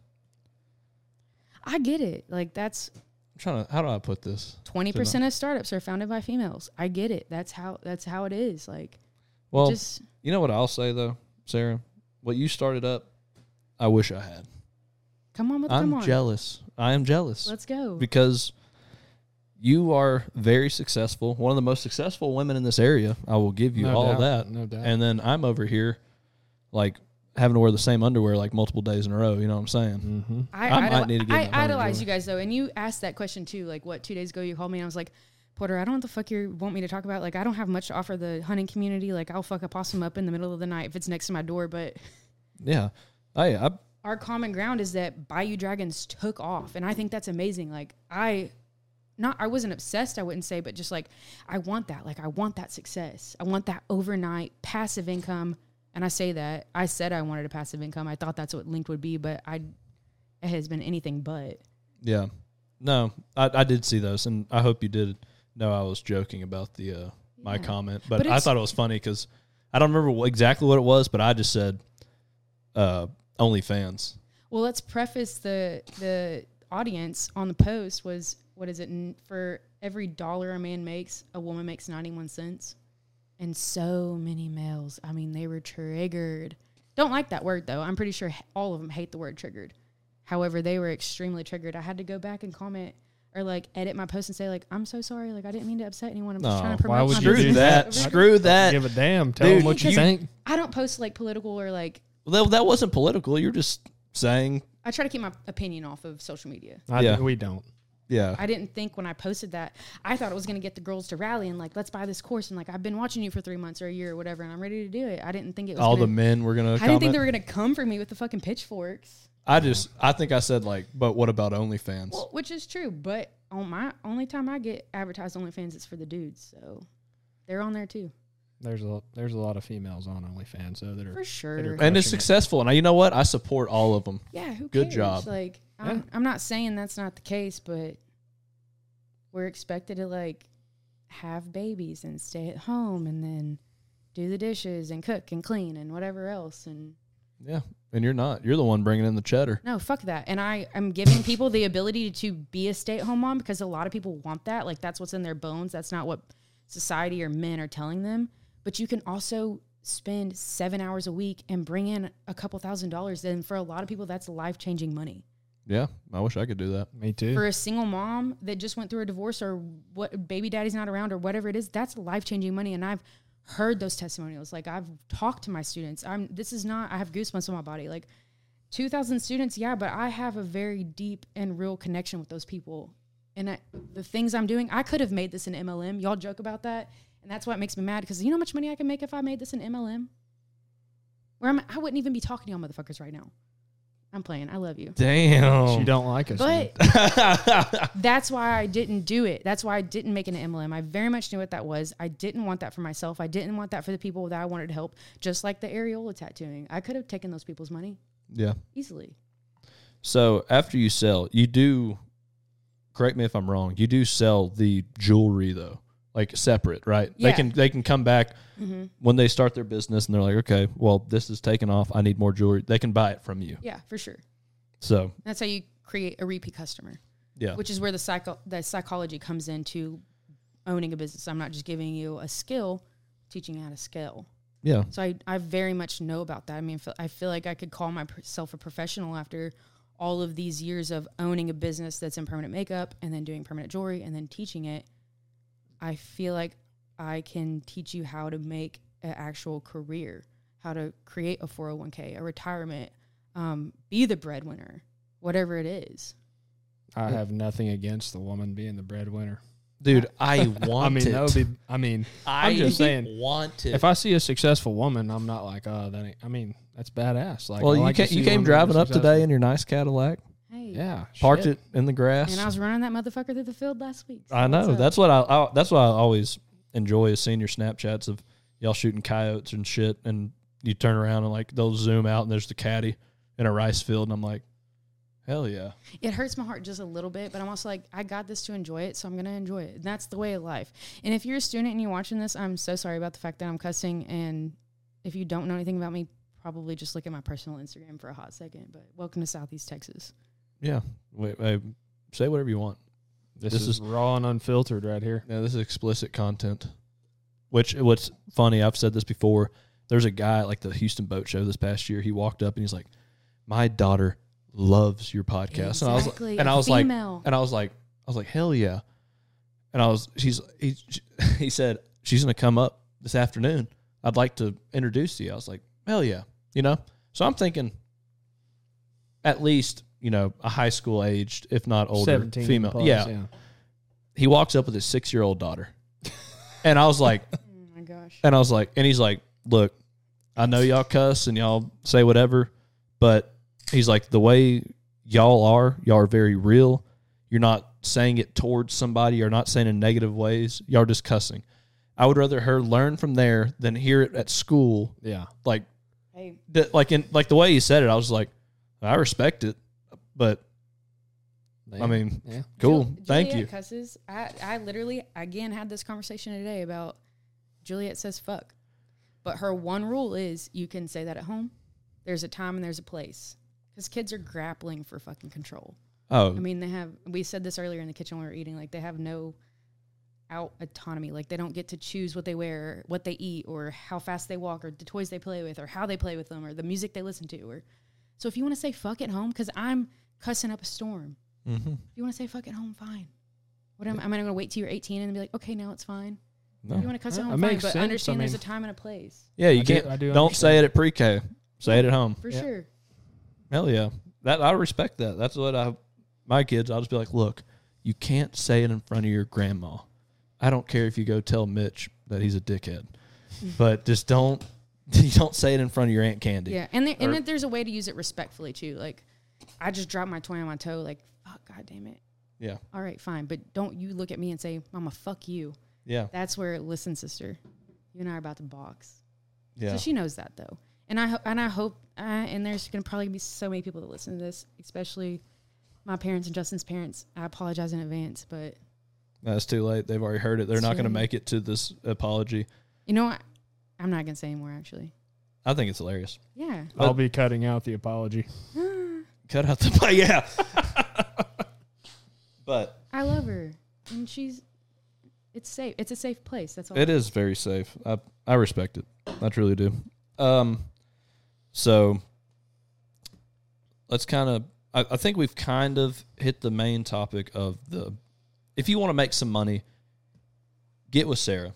Speaker 4: I get it. Like that's
Speaker 3: I'm trying to. How do I put this?
Speaker 4: twenty percent of startups are founded by females. I get it. That's how that's how it is. Like
Speaker 3: Well,
Speaker 4: just
Speaker 3: you know what I'll say though, Sarah. What you started up, I wish I had.
Speaker 4: come on with
Speaker 3: I'm
Speaker 4: come on.
Speaker 3: jealous. I am jealous
Speaker 4: Let's go.
Speaker 3: because you are very successful. One of the most successful women in this area. I will give you
Speaker 1: No
Speaker 3: all
Speaker 1: doubt,
Speaker 3: that.
Speaker 1: no doubt.
Speaker 3: And then I'm over here, like having to wear the same underwear like multiple days in a row. You know what I'm saying?
Speaker 1: Mm-hmm.
Speaker 4: I,
Speaker 3: I might
Speaker 4: idoli-
Speaker 3: need to get
Speaker 4: I
Speaker 3: in the
Speaker 4: idolize you guys though, and you asked that question too. Like what two days ago you called me and I was like, Porter, I don't know what the fuck you want me to talk about. Like I don't have much to offer the hunting community. Like I'll fuck a possum up in the middle of the night if it's next to my door. But
Speaker 3: Oh, Yeah. I, I
Speaker 4: our common ground is that Bayou Dragons took off, and I think that's amazing. Like I, not I wasn't obsessed, I wouldn't say, but just like I want that. Like I want that success. I want that overnight passive income. And I say that I said I wanted a passive income. I thought that's what linked would be, but I it has been anything but.
Speaker 3: yeah. No, I, I did see those, and I hope you did know I was joking about the uh, my comment, but,
Speaker 4: But
Speaker 3: I
Speaker 4: it's-
Speaker 3: thought it was funny because I don't remember wh- exactly what it was, but I just said uh, OnlyFans.
Speaker 4: Well, let's preface the the audience on the post was what is it N- for every dollar a man makes, a woman makes ninety one cents, and so many males. I mean, they were triggered. Don't like that word though. I'm pretty sure h- all of them hate the word triggered. However, they were extremely triggered. I had to go back and comment or like edit my post and say like I'm so sorry. Like I didn't mean to upset anyone. I'm just
Speaker 3: No,
Speaker 4: trying to promote.
Speaker 1: why would
Speaker 4: my
Speaker 1: you do
Speaker 4: business."
Speaker 1: that?
Speaker 3: Screw that.
Speaker 1: Give a damn. Tell
Speaker 3: Dude,
Speaker 1: them what you
Speaker 4: because-
Speaker 1: think.
Speaker 4: I don't post like political or like.
Speaker 3: Well, that wasn't political. You're just saying,
Speaker 4: I try to keep my opinion off of social media.
Speaker 1: I
Speaker 3: Yeah.
Speaker 1: do- we don't.
Speaker 3: yeah,
Speaker 4: I didn't think when I posted that, I thought it was going to get the girls to rally and like, let's buy this course. And like, I've been watching you for three months or a year or whatever, and I'm ready to do it. I didn't think it was
Speaker 3: all the
Speaker 4: gonna,
Speaker 3: men were gonna.
Speaker 4: I didn't think
Speaker 3: comment.
Speaker 4: they were going to come for me with the fucking pitchforks,
Speaker 3: I just, I think I said like, but what about OnlyFans?
Speaker 4: which is true. But on my only time I get advertised OnlyFans is for the dudes, so they're on there too
Speaker 1: There's a there's a lot of females on OnlyFans though that are
Speaker 4: for sure.
Speaker 1: Better-
Speaker 3: and it's successful, and I, you know what? I support all of them.
Speaker 4: Yeah, who
Speaker 3: Good
Speaker 4: cares?
Speaker 3: job.
Speaker 4: Like, I'm, I'm not saying that's not the case, but we're expected to like have babies and stay at home and then do the dishes and cook and clean and whatever else and
Speaker 3: Yeah, and you're not. You're the one bringing in the cheddar.
Speaker 4: No, fuck that. And I am giving people the ability to be a stay at home mom because a lot of people want that. Like that's what's in their bones. That's not what society or men are telling them. But you can also spend seven hours a week and bring in a couple thousand dollars. And for a lot of people, that's life changing money.
Speaker 3: Yeah, I wish I could do that.
Speaker 1: Me too.
Speaker 4: For a single mom that just went through a divorce or what baby daddy's not around or whatever it is, that's life changing money. And I've heard those testimonials. Like I've talked to my students. I'm this is not I have goosebumps on my body. Like 2000 students yeah but i have a very deep and real connection with those people and I, the things i'm doing i could have made this an mlm y'all joke about that and that's why it makes me mad because you know how much money i can make if i made this an mlm where I'm, i wouldn't even be talking to y'all motherfuckers right now i'm playing i love you
Speaker 3: Damn.
Speaker 1: she don't like us.
Speaker 4: but
Speaker 3: yeah,
Speaker 4: that's why I didn't do it. That's why I didn't make an MLM. I very much knew what that was. I didn't want that for myself. I didn't want that for the people that I wanted to help, just like the areola tattooing. I could have taken those people's money easily.
Speaker 3: So after you sell, you do. Correct me if I'm wrong. You do sell the jewelry though, like separate, right? They
Speaker 4: Yeah.
Speaker 3: can they can come back
Speaker 1: Mm-hmm.
Speaker 3: when they start their business and they're like, okay, well, this is taken off. I need more jewelry. They can buy it from you.
Speaker 4: Yeah, for sure.
Speaker 3: So
Speaker 4: That's how you create a repeat customer,
Speaker 3: yeah,
Speaker 4: which is where the psycho the psychology comes into owning a business. I'm not just giving you a skill, teaching you how to scale.
Speaker 3: yeah,
Speaker 4: So I, I very much know about that. I mean, I feel, I feel like I could call myself a professional after all of these years of owning a business that's in permanent makeup and then doing permanent jewelry and then teaching it. I feel like I can teach you how to make an actual career, how to create a 401k, a retirement, um, be the breadwinner, whatever it is.
Speaker 1: Mm. I have nothing against the woman being the breadwinner.
Speaker 3: Dude, I want
Speaker 1: I mean,
Speaker 3: it.
Speaker 1: that would be. I mean,
Speaker 3: I
Speaker 1: I'm just saying.
Speaker 3: want it.
Speaker 1: If I see a successful woman, I'm not like, oh, that ain't. I mean, that's badass. Like,
Speaker 3: well,
Speaker 1: I
Speaker 3: you,
Speaker 1: like to
Speaker 3: ca- you
Speaker 1: see
Speaker 3: came
Speaker 1: women that are
Speaker 3: driving up today
Speaker 1: successful.
Speaker 3: in your nice Cadillac,
Speaker 4: Hey.
Speaker 1: yeah,
Speaker 3: parked
Speaker 1: shit.
Speaker 3: it in the grass.
Speaker 4: And I was running that motherfucker through the field last week. so
Speaker 3: I
Speaker 4: what's
Speaker 3: know.
Speaker 4: up?
Speaker 3: That's what I, I. That's what I always enjoy is seeing your Snapchats of y'all shooting coyotes and shit, and you turn around and like they'll zoom out and there's the caddy in a rice field, and I'm like, hell yeah.
Speaker 4: it hurts my heart just a little bit, but I'm also like, I got this to enjoy it, so I'm gonna enjoy it. And that's the way of life. And if you're a student and you're watching this, I'm so sorry about the fact that I'm cussing. And if you don't know anything about me, probably just look at my personal Instagram for a hot second. But welcome to Southeast Texas.
Speaker 3: Yeah. Wait, wait, say whatever you want.
Speaker 1: This,
Speaker 3: This
Speaker 1: is,
Speaker 3: is-
Speaker 1: raw and unfiltered right here.
Speaker 3: Yeah, this is explicit content. Which what's funny, I've said this before. There's a guy at like the Houston Boat Show this past year. He walked up and he's like, "My daughter loves your podcast," and I was like,
Speaker 4: Exactly,
Speaker 3: and
Speaker 4: a
Speaker 3: I was like,
Speaker 4: female.
Speaker 3: and I was like, I was like, hell yeah, and I was she's he he said she's gonna come up this afternoon. I'd like to introduce you. I was like, hell yeah, you know. So I'm thinking, at least you know a high school aged, if not older,
Speaker 1: Seventeen
Speaker 3: female,
Speaker 1: plus,
Speaker 3: yeah, he walks up with his six year old daughter. And I was like,
Speaker 4: Oh my gosh.
Speaker 3: and I was like, and he's like, look, I know y'all cuss and y'all say whatever, but he's like, the way y'all are, y'all are very real. You're not saying it towards somebody or not saying in negative ways. Y'all are just cussing. I would rather her learn from there than hear it at school.
Speaker 1: yeah.
Speaker 3: Like,
Speaker 4: Hey,
Speaker 3: that, like in like the way he said it, I was like, I respect it, but I mean,
Speaker 1: yeah.
Speaker 3: cool,
Speaker 4: Jul-
Speaker 3: thank
Speaker 4: Juliet
Speaker 3: you.
Speaker 4: Cusses. I, I literally again had this conversation today about Juliet says fuck, but her one rule is you can say that at home. There's a time and there's a place because kids are grappling for fucking control.
Speaker 3: Oh,
Speaker 4: I mean, they have. We said this earlier in the kitchen when we were eating. Like they have no out autonomy. Like they don't get to choose what they wear, what they eat, or how fast they walk, or the toys they play with, or how they play with them, or the music they listen to. Or so if you want to say fuck at home, because I'm cussing up a storm.
Speaker 3: mhm.
Speaker 4: If you want to say fuck at home, fine. What am, am I going to wait till you're 18 and be like, okay, now it's fine?
Speaker 3: No.
Speaker 4: If you want to cuss
Speaker 1: Yeah,
Speaker 4: at
Speaker 1: it
Speaker 4: home, fine,
Speaker 1: makes
Speaker 4: but
Speaker 1: sense.
Speaker 4: understand
Speaker 1: I
Speaker 4: there's a
Speaker 1: mean-
Speaker 4: time and a place
Speaker 3: yeah, you
Speaker 1: I do-
Speaker 3: can't.
Speaker 1: I do
Speaker 3: do not say it at pre-K. Say it at home.
Speaker 4: for
Speaker 1: Yeah.
Speaker 4: sure.
Speaker 3: Hell yeah. That I respect that. That's what I my kids, I'll just be like, look, you can't say it in front of your grandma. I don't care if you go tell Mitch that he's a dickhead. but just don't you don't say it in front of your Aunt Candy.
Speaker 4: Yeah, and there,
Speaker 3: Or-
Speaker 4: and that there's a way to use it respectfully too. Like, I just dropped my toy on my toe. Like, fuck, god damn it.
Speaker 3: Yeah.
Speaker 4: All right, fine, but don't you look at me and say, "Mama, fuck you."
Speaker 3: Yeah.
Speaker 4: That's where listen, sister, you and I are about to box.
Speaker 3: Yeah.
Speaker 4: So she knows that though, and I ho- and I hope uh, and there's gonna probably be so many people that listen to this, especially my parents and Justin's parents. I apologize in advance, but
Speaker 3: That's too late. They've already heard it. They're
Speaker 4: It's
Speaker 3: not
Speaker 4: too
Speaker 3: gonna
Speaker 4: late.
Speaker 3: make it to this apology.
Speaker 4: you know what? I'm not gonna say anymore. Actually,
Speaker 3: I think it's hilarious.
Speaker 4: yeah.
Speaker 1: I'll be cutting out the apology.
Speaker 3: Cut out the yeah. but
Speaker 4: I love her, and she's it's safe. It's a safe place. That's all.
Speaker 3: It is very safe. I I respect it. I truly do. Um, so let's kind of. I, I think we've kind of hit the main topic of the. If you want to make some money, get with Sarah.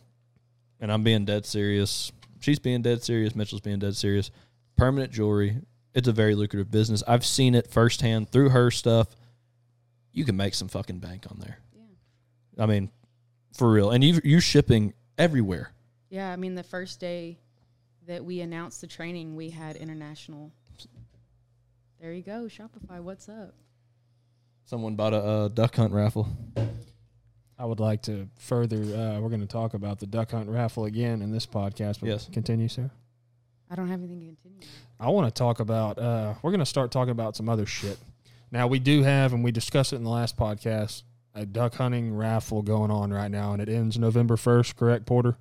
Speaker 3: And I'm being dead serious. She's being dead serious. Mitchell's being dead serious. Permanent jewelry. It's a very lucrative business. I've seen it firsthand through her stuff. You can make some fucking bank on there. I mean, for real. And you you shipping everywhere.
Speaker 4: Yeah, I mean, the first day that we announced the training, we had international. There you go, Shopify. What's up?
Speaker 3: Someone bought a uh, duck hunt raffle.
Speaker 1: I would like to further. Uh, we're going to talk about the duck hunt raffle again in this podcast. But
Speaker 3: Yes.
Speaker 1: Continue, sir.
Speaker 4: I don't have anything to continue.
Speaker 1: I want to talk about. Uh, we're going to start talking about some other shit. Now we do have, and we discussed it in the last podcast, a duck hunting raffle going on right now, and it ends November first. Correct, Porter.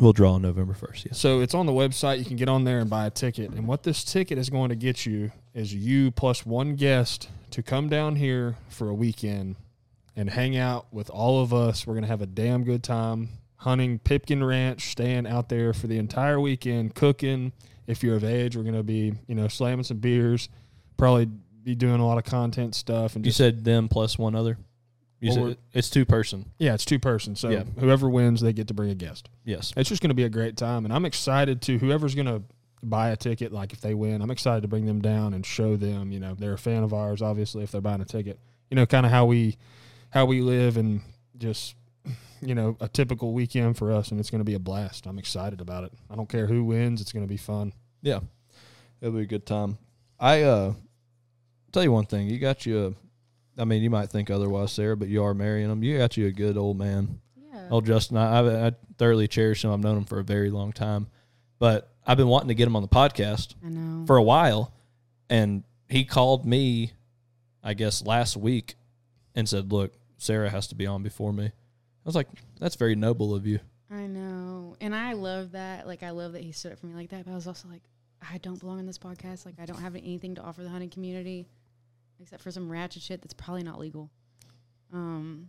Speaker 3: We'll draw on November first. Yes.
Speaker 1: So it's on the website. You can get on there and buy a ticket. And what this ticket is going to get you is you plus one guest to come down here for a weekend and hang out with all of us. We're going to have a damn good time hunting Pipkin Ranch, staying out there for the entire weekend, cooking. If you're of age, we're going to be, you know, slamming some beers, probably be doing a lot of content stuff and
Speaker 3: You
Speaker 1: just
Speaker 3: said them plus one other. You
Speaker 1: Well,
Speaker 3: said-
Speaker 1: we're-
Speaker 3: it's two person.
Speaker 1: yeah, it's two persons. So
Speaker 3: Yeah.
Speaker 1: whoever wins, they get to bring a guest.
Speaker 3: Yes.
Speaker 1: It's just going to be a great time, and I'm excited to whoever's going to buy a ticket. Like if they win, I'm excited to bring them down and show them. You know, they're a fan of ours, obviously. If they're buying a ticket, you know, kind of how we how we live and just you know a typical weekend for us, and it's going to be a blast. I'm excited about it. I don't care who wins; it's going to be fun.
Speaker 3: Yeah, it'll be a good time. I uh, tell you one thing. You got you. A, I mean, you might think otherwise, Sarah, but you are marrying him. You got you a good old man.
Speaker 4: Yeah.
Speaker 3: Old Oh, Justin, I, I, I thoroughly cherish him. I've known him for a very long time, but I've been wanting to get him on the podcast
Speaker 4: I know.
Speaker 3: for a while, and he called me, I guess last week, and said, "Look, Sarah has to be on before me." I was like, "That's very noble of you."
Speaker 4: I know. And I love that. Like, I love that he stood up for me like that. But I was also like, I don't belong in this podcast. Like, I don't have anything to offer the hunting community except for some ratchet shit that's probably not legal. Um,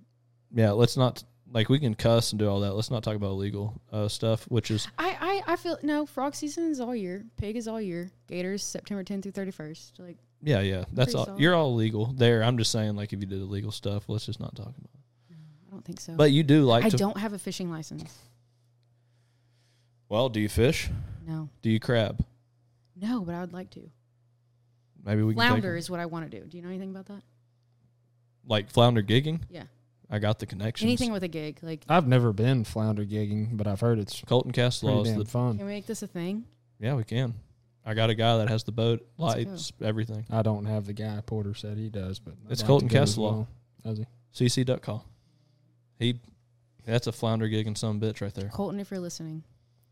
Speaker 3: Yeah, let's not like we can cuss and do all that. Let's not talk about illegal uh, stuff, which is
Speaker 4: I, I, I feel no frog season is all year. Pig is all year. Gators September 10th through 31st. Like,
Speaker 3: yeah, yeah. That's
Speaker 4: Pretty
Speaker 3: all.
Speaker 4: solid.
Speaker 3: You're all legal there. I'm just saying, like if you did illegal stuff, let's just not talk about. it.
Speaker 4: I don't think so.
Speaker 3: But you do like
Speaker 4: I
Speaker 3: to.
Speaker 4: don't have a fishing license.
Speaker 3: Well, do you fish?
Speaker 4: No,
Speaker 3: Do you crab?
Speaker 4: no, but I would like to.
Speaker 3: Maybe we can
Speaker 4: Flounder
Speaker 3: take,
Speaker 4: is what I want to do. Do you know anything about that?
Speaker 3: like flounder gigging.
Speaker 4: Yeah.
Speaker 3: I got the connections.
Speaker 4: Anything with a gig? Like,
Speaker 1: I've never been flounder gigging, but I've heard it's
Speaker 3: Colton Castlaw
Speaker 1: pretty
Speaker 3: is
Speaker 1: damn
Speaker 3: the
Speaker 1: fun.
Speaker 4: can we make this a thing?
Speaker 3: Yeah, we can. I got a guy that has the boat,
Speaker 4: Let's
Speaker 3: lights, everything.
Speaker 1: I don't have the guy Porter said he does, but I'd
Speaker 3: It's
Speaker 1: like
Speaker 3: Colton
Speaker 1: to go as
Speaker 3: Castelaw.
Speaker 1: well. Does he?
Speaker 3: CC duck call. He, that's a flounder gig and some bitch right there.
Speaker 4: Colton, if you're listening,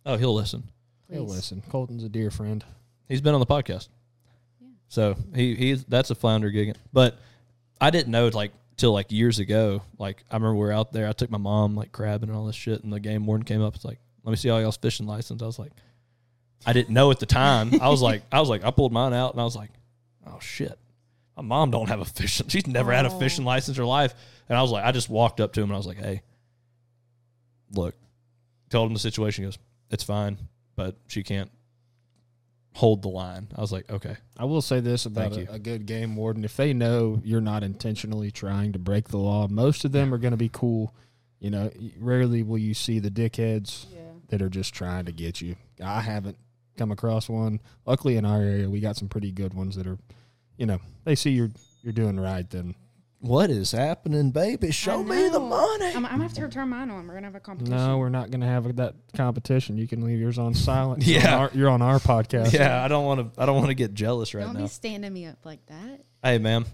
Speaker 3: Oh, he'll listen.
Speaker 4: please.
Speaker 1: He'll listen. Colton's a dear friend.
Speaker 3: He's been on the podcast.
Speaker 4: Yeah.
Speaker 3: So he he's that's a flounder gig. But I didn't know like till like years ago. Like I remember we were out there. I took my mom like crabbing and all this shit, and the game warden came up. It's like, let me see all y'all's fishing license. I was like, I didn't know at the time. I was like, I was like, I pulled mine out, and I was like, oh shit. My mom don't have a fishing. She's never had a
Speaker 4: Oh.
Speaker 3: fishing license in her life. And I was like, I just walked up to him and I was like, hey, look, told him the situation. He goes, it's fine, but she can't hold the line. I was like, okay.
Speaker 1: I will say this about
Speaker 3: Thank
Speaker 1: a,
Speaker 3: you.
Speaker 1: a good game warden: if they know you're not intentionally trying to break the law, most of them are going to be cool. You know, rarely will you see the dickheads
Speaker 4: Yeah.
Speaker 1: that are just trying to get you. I haven't come across one. Luckily, in our area, we got some pretty good ones that are, you know, they see you're you're doing right. Then
Speaker 3: What is happening, baby?
Speaker 4: I
Speaker 3: Show me the
Speaker 4: know.
Speaker 3: money.
Speaker 4: I'm, I'm gonna have to return mine on. We're gonna have a competition.
Speaker 1: no, we're not going to have that competition. You can leave yours on silent.
Speaker 3: Yeah.
Speaker 1: you're on our, you're on our podcast.
Speaker 3: Yeah, I don't want to. I don't want to get jealous right
Speaker 4: Don't
Speaker 3: now.
Speaker 4: be standing me up like that.
Speaker 3: hey, ma'am.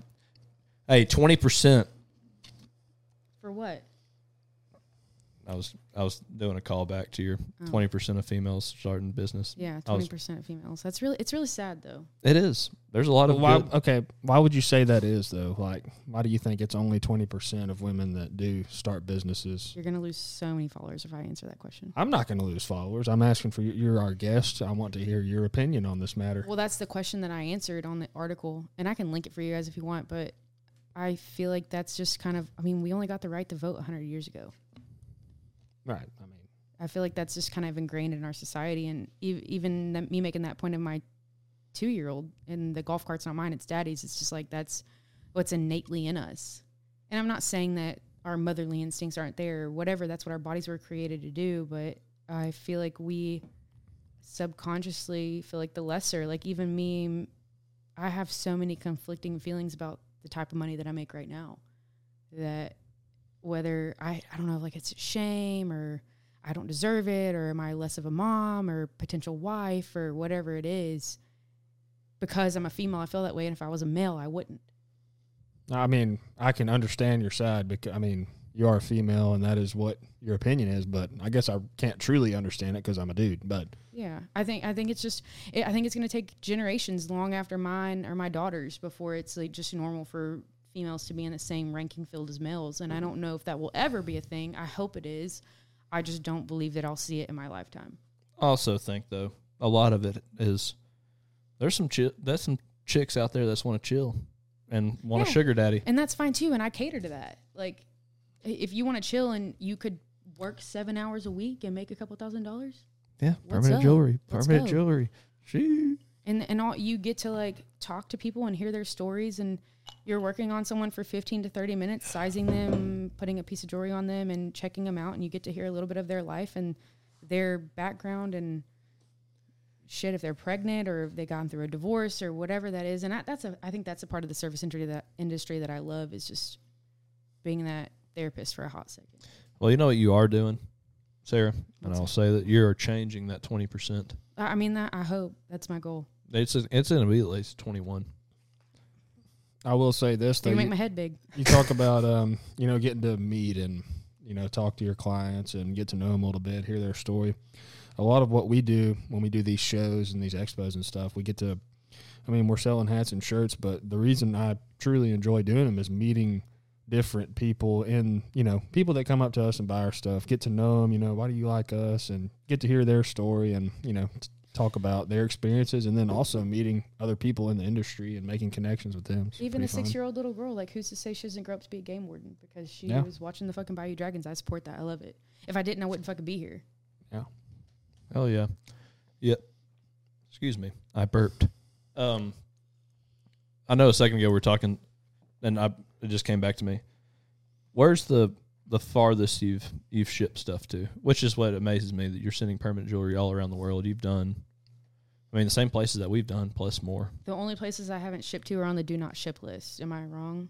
Speaker 3: Hey, twenty percent.
Speaker 4: For what?
Speaker 3: I was I was doing a callback to your
Speaker 4: Oh. Um,
Speaker 3: twenty percent of females starting business.
Speaker 4: Yeah,
Speaker 3: I was-
Speaker 4: twenty percent females. That's really it's really sad though.
Speaker 3: It is. There's a lot of.
Speaker 1: Why,
Speaker 3: good-
Speaker 1: okay, why would you say that is though? Like, why do you think it's only twenty percent of women that do start businesses?
Speaker 4: You're gonna lose so many followers if I answer that question.
Speaker 1: I'm not going to lose followers. I'm asking for you. You're our guest. I want to hear your opinion on this matter.
Speaker 4: Well, that's the question that I answered on the article, and I can link it for you guys if you want. But I feel like that's just kind of. I mean, we only got the right to vote 100 years ago.
Speaker 1: Right. I mean,
Speaker 4: I feel like that's just kind of ingrained in our society, and ev- even that me making that point of my two-year-old and the golf cart's not mine; it's daddy's. It's just like that's what's innately in us. And I'm not saying that our motherly instincts aren't there, or whatever. That's what our bodies were created to do. But I feel like we subconsciously feel like the lesser. Like even me, m- I have so many conflicting feelings about the type of money that I make right now. That whether I I don't know, like it's shame or I don't deserve it, or am I less of a mom or potential wife or whatever it is. Because I'm a female, I feel that way, and if I was a male, I wouldn't.
Speaker 1: I mean, I can understand your side because I mean, you are a female, and that is what your opinion is. But I guess I can't truly understand it because I'm a dude. But
Speaker 4: Yeah, I think I think it's just it, I think it's going to take generations long after mine or my daughters before it's like just normal for females to be in the same ranking field as males, and I don't know if that will ever be a thing. I hope it is. I just don't believe that I'll see it in my lifetime.
Speaker 3: I also think though a lot of it is there's some chi- there's some chicks out there that's want to chill and want
Speaker 4: Yeah.
Speaker 3: a sugar daddy.
Speaker 4: and that's fine too and i cater to that like i- if you want to chill and you could work seven hours a week and make a couple thousand dollars
Speaker 3: Yeah,
Speaker 4: What's
Speaker 3: permanent
Speaker 4: up?
Speaker 3: jewelry.
Speaker 4: Let's
Speaker 3: Permanent
Speaker 4: go.
Speaker 3: jewelry. She.
Speaker 4: and and all you get to like talk to people and hear their stories and you're working on someone for 15 to 30 minutes sizing them putting a piece of jewelry on them and checking them out and you get to hear a little bit of their life and their background and shit if they're pregnant or if they've gone through a divorce or whatever that is and I, that's a i think that's a part of the service industry that industry that i love is just being that therapist for a hot second.
Speaker 3: Well, you know what you are doing, Sarah, and
Speaker 4: What's
Speaker 3: I'll say that you are changing that twenty percent.
Speaker 4: I I mean that I hope that's my goal.
Speaker 3: It's it's going to be at least twenty one.
Speaker 1: I will say this
Speaker 4: They
Speaker 1: though.
Speaker 4: make
Speaker 1: You,
Speaker 4: my head big.
Speaker 1: you talk about um, you know, getting to meet and you know, talk to your clients and get to know them a little bit, hear their story. A lot of what we do when we do these shows and these expos and stuff, we get to I mean, we're selling hats and shirts, but the reason I truly enjoy doing them is meeting different people and, you know, people that come up to us and buy our stuff, get to know them, you know, why do you like us and get to hear their story and, you know, t- talk about their experiences and then also meeting other people in the industry and making connections with them. It's
Speaker 4: Even
Speaker 1: pretty
Speaker 4: a
Speaker 1: fun.
Speaker 4: six year old little girl, like who's to say she doesn't grow up to be a game warden because she
Speaker 1: Yeah.
Speaker 4: was watching the fucking Bayou Dragons. I support that. I love it. If I didn't, I wouldn't fucking be here.
Speaker 3: Hell Oh, yeah, yep. Excuse me, I burped. Um, I know a second ago we were talking, and I it just came back to me. Where's the the farthest you've you've shipped stuff to? Which is what amazes me that you're sending permanent jewelry all around the world. You've done, I mean, the same places that we've done plus more.
Speaker 4: The only places I haven't shipped to are on the do not ship list. Am I wrong?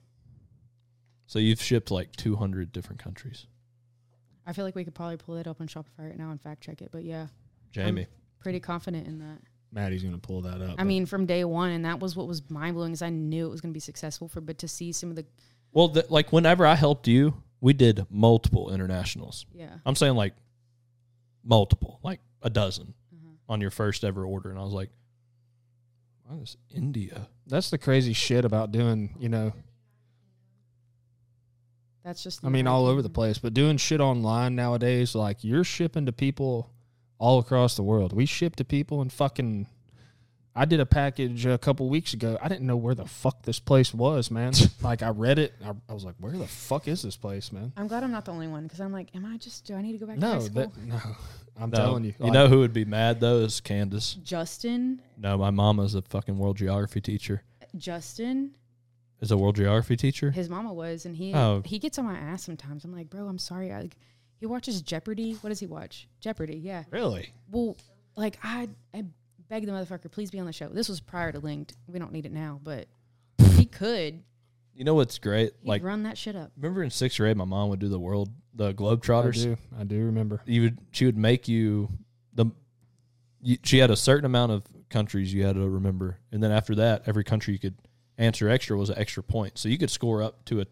Speaker 3: So you've shipped like two hundred different countries.
Speaker 4: I feel like we could probably pull that up on Shopify right now and fact check it. But yeah,
Speaker 3: Jamie,
Speaker 4: pretty confident in that.
Speaker 1: Maddie's going to pull that up.
Speaker 4: I mean, from day one, and that was what was mind blowing. Is I knew it was going to be successful for, but to see some of the
Speaker 3: Well, th- like whenever I helped you, we did multiple internationals.
Speaker 4: yeah,
Speaker 3: I'm saying like multiple, like a dozen
Speaker 4: uh-huh.
Speaker 3: on your first ever order, and I was like, "Why is India?"
Speaker 1: that's the crazy shit about doing, you know,
Speaker 4: that's just.
Speaker 1: I mean, all over the place, but doing shit online nowadays, like you're shipping to people all across the world. We ship to people in fucking. I did a package a couple weeks ago. I didn't know where the fuck this place was, man. like I read it, I, I was like, "Where the fuck is this place, man?"
Speaker 4: I'm glad I'm not the only one because I'm like, am I just? Do I need to go back to high
Speaker 1: No,
Speaker 4: school?
Speaker 1: that, no. I'm
Speaker 3: No,
Speaker 1: telling you,
Speaker 3: you
Speaker 1: like,
Speaker 3: know who would be mad though is Candace.
Speaker 4: Justin,
Speaker 3: No, my mama's a fucking world geography teacher.
Speaker 4: Justin,
Speaker 3: Is a world geography teacher?
Speaker 4: his mama was, and he
Speaker 3: Oh.
Speaker 4: he gets on my ass sometimes. I'm like, bro, I'm sorry. I, like, he watches Jeopardy. What does he watch? Jeopardy. Yeah.
Speaker 1: really.
Speaker 4: Well, like I I beg the motherfucker, please be on the show. This was prior to linked. We don't need it now, but he could.
Speaker 3: You know what's great?
Speaker 4: He'd
Speaker 3: Like,
Speaker 4: run that shit up.
Speaker 3: remember in sixth grade, my mom would do the world, the
Speaker 1: I
Speaker 3: Globetrotters.
Speaker 1: do, I do remember.
Speaker 3: you would she would make you the you, she had a certain amount of countries you had to remember and then after that every country you could answer extra was an extra point so you could score up to a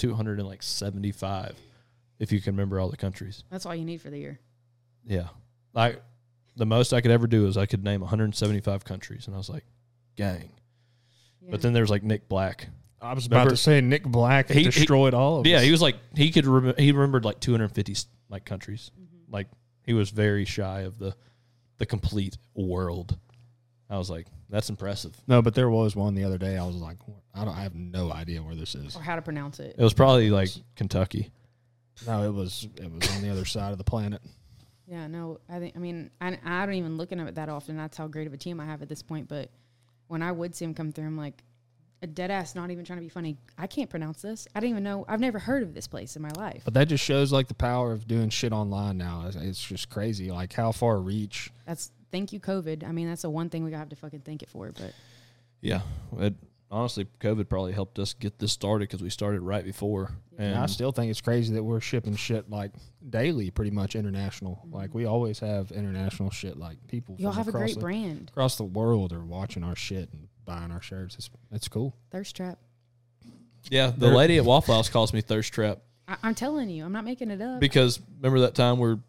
Speaker 3: 275 if you can remember all the countries
Speaker 4: That's all you need for the year.
Speaker 3: yeah like the most i could ever do is i could name 175 countries and i was like gang
Speaker 4: Yeah.
Speaker 3: but then there's like nick black
Speaker 1: I was
Speaker 3: about
Speaker 1: about
Speaker 3: to
Speaker 1: to say Nick Black
Speaker 3: He- he-
Speaker 1: destroyed all of
Speaker 3: yeah
Speaker 1: us.
Speaker 3: he was like he could rem- he remembered like 250 like countries like he was very shy of the the complete world i was like that's impressive
Speaker 1: no, but there was one the other day. I was like, I don't, I have no idea where this is.
Speaker 4: or how to pronounce it.
Speaker 3: It was probably like Kentucky.
Speaker 1: No, it was, it was on the other side of the planet.
Speaker 4: Yeah, no, I think I mean I, I don't even look at him that often. That's how great of a team I have at this point. But when I would see him come through, I'm like a dead ass, not even trying to be funny. I can't pronounce this. I don't even know. I've never heard of this place in my life.
Speaker 1: But that just shows like the power of doing shit online now. It's, it's just crazy, like how far reach.
Speaker 4: That's thank you COVID. I mean, that's the one thing we have to fucking thank it for. But
Speaker 3: Yeah. It, honestly, COVID probably helped us get this started because we started right before.
Speaker 1: And I
Speaker 3: And
Speaker 1: still think it's crazy that we're shipping shit like daily, pretty much international. Like we always have international shit. Like people,
Speaker 4: y'all
Speaker 1: from
Speaker 4: have a
Speaker 1: across
Speaker 4: great
Speaker 1: the,
Speaker 4: brand,
Speaker 1: across the world are watching our shit and buying our shirts. It's it's cool.
Speaker 4: Thirst Trap.
Speaker 3: yeah, the lady at Waffle House calls me thirst trap
Speaker 4: I, I'm telling you, I'm not making it up.
Speaker 3: because remember that time we're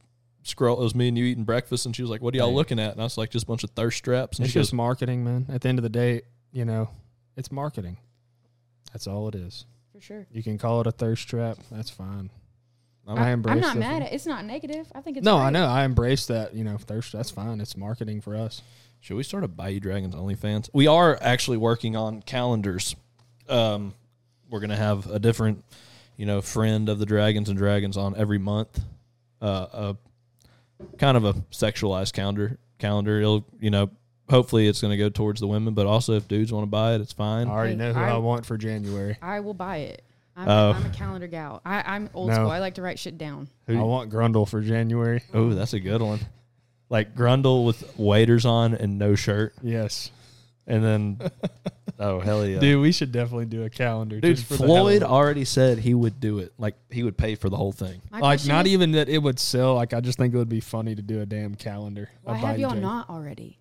Speaker 3: scroll it was me and you eating breakfast and she was like, What are y'all looking at? And I was like, just a bunch of thirst traps and
Speaker 1: It's
Speaker 3: she goes,
Speaker 1: just marketing, man. At the end of the day, you know, it's marketing. That's all it is.
Speaker 4: for sure.
Speaker 1: You can call it a thirst trap. That's fine.
Speaker 3: I'm-
Speaker 1: I
Speaker 4: I'm
Speaker 1: embrace.
Speaker 4: not
Speaker 1: the-
Speaker 4: mad at It's not negative. I think it's
Speaker 1: No,
Speaker 4: great.
Speaker 1: I know. I embrace that. You know, thirst. That's fine. It's marketing for us.
Speaker 3: Should we start a Bayou Dragons OnlyFans? We are actually working on calendars. Um, we're gonna have a different, you know, friend of the Dragons and Dragons on every month. Uh, a kind of a sexualized calendar. Calendar. It'll, you know, hopefully it's gonna go towards the women, but also if dudes want to buy it, it's fine.
Speaker 1: I already
Speaker 4: Hey,
Speaker 1: know who
Speaker 4: I-
Speaker 1: I want for January.
Speaker 4: I will buy it. I'm,
Speaker 3: Oh.
Speaker 4: I'm a calendar gal. I, I'm old
Speaker 1: No.
Speaker 4: school. I like to write shit down.
Speaker 1: I want Grundle for January.
Speaker 3: Oh, that's a good one. Like Grundle with waders on and no shirt,
Speaker 1: Yes.
Speaker 3: and then Oh hell yeah,
Speaker 1: Dude, we should definitely do a calendar.
Speaker 3: Dude,
Speaker 1: just for the hell of
Speaker 3: Floyd
Speaker 1: it.
Speaker 3: already said he would do it. Like he would pay for the whole thing.
Speaker 4: My
Speaker 1: Like,
Speaker 4: question
Speaker 1: not
Speaker 4: is,
Speaker 1: even that it would sell. Like, I just think it would be funny to do a damn calendar. of
Speaker 4: Why have
Speaker 1: Biden
Speaker 4: y'all
Speaker 1: Jake.
Speaker 4: not already?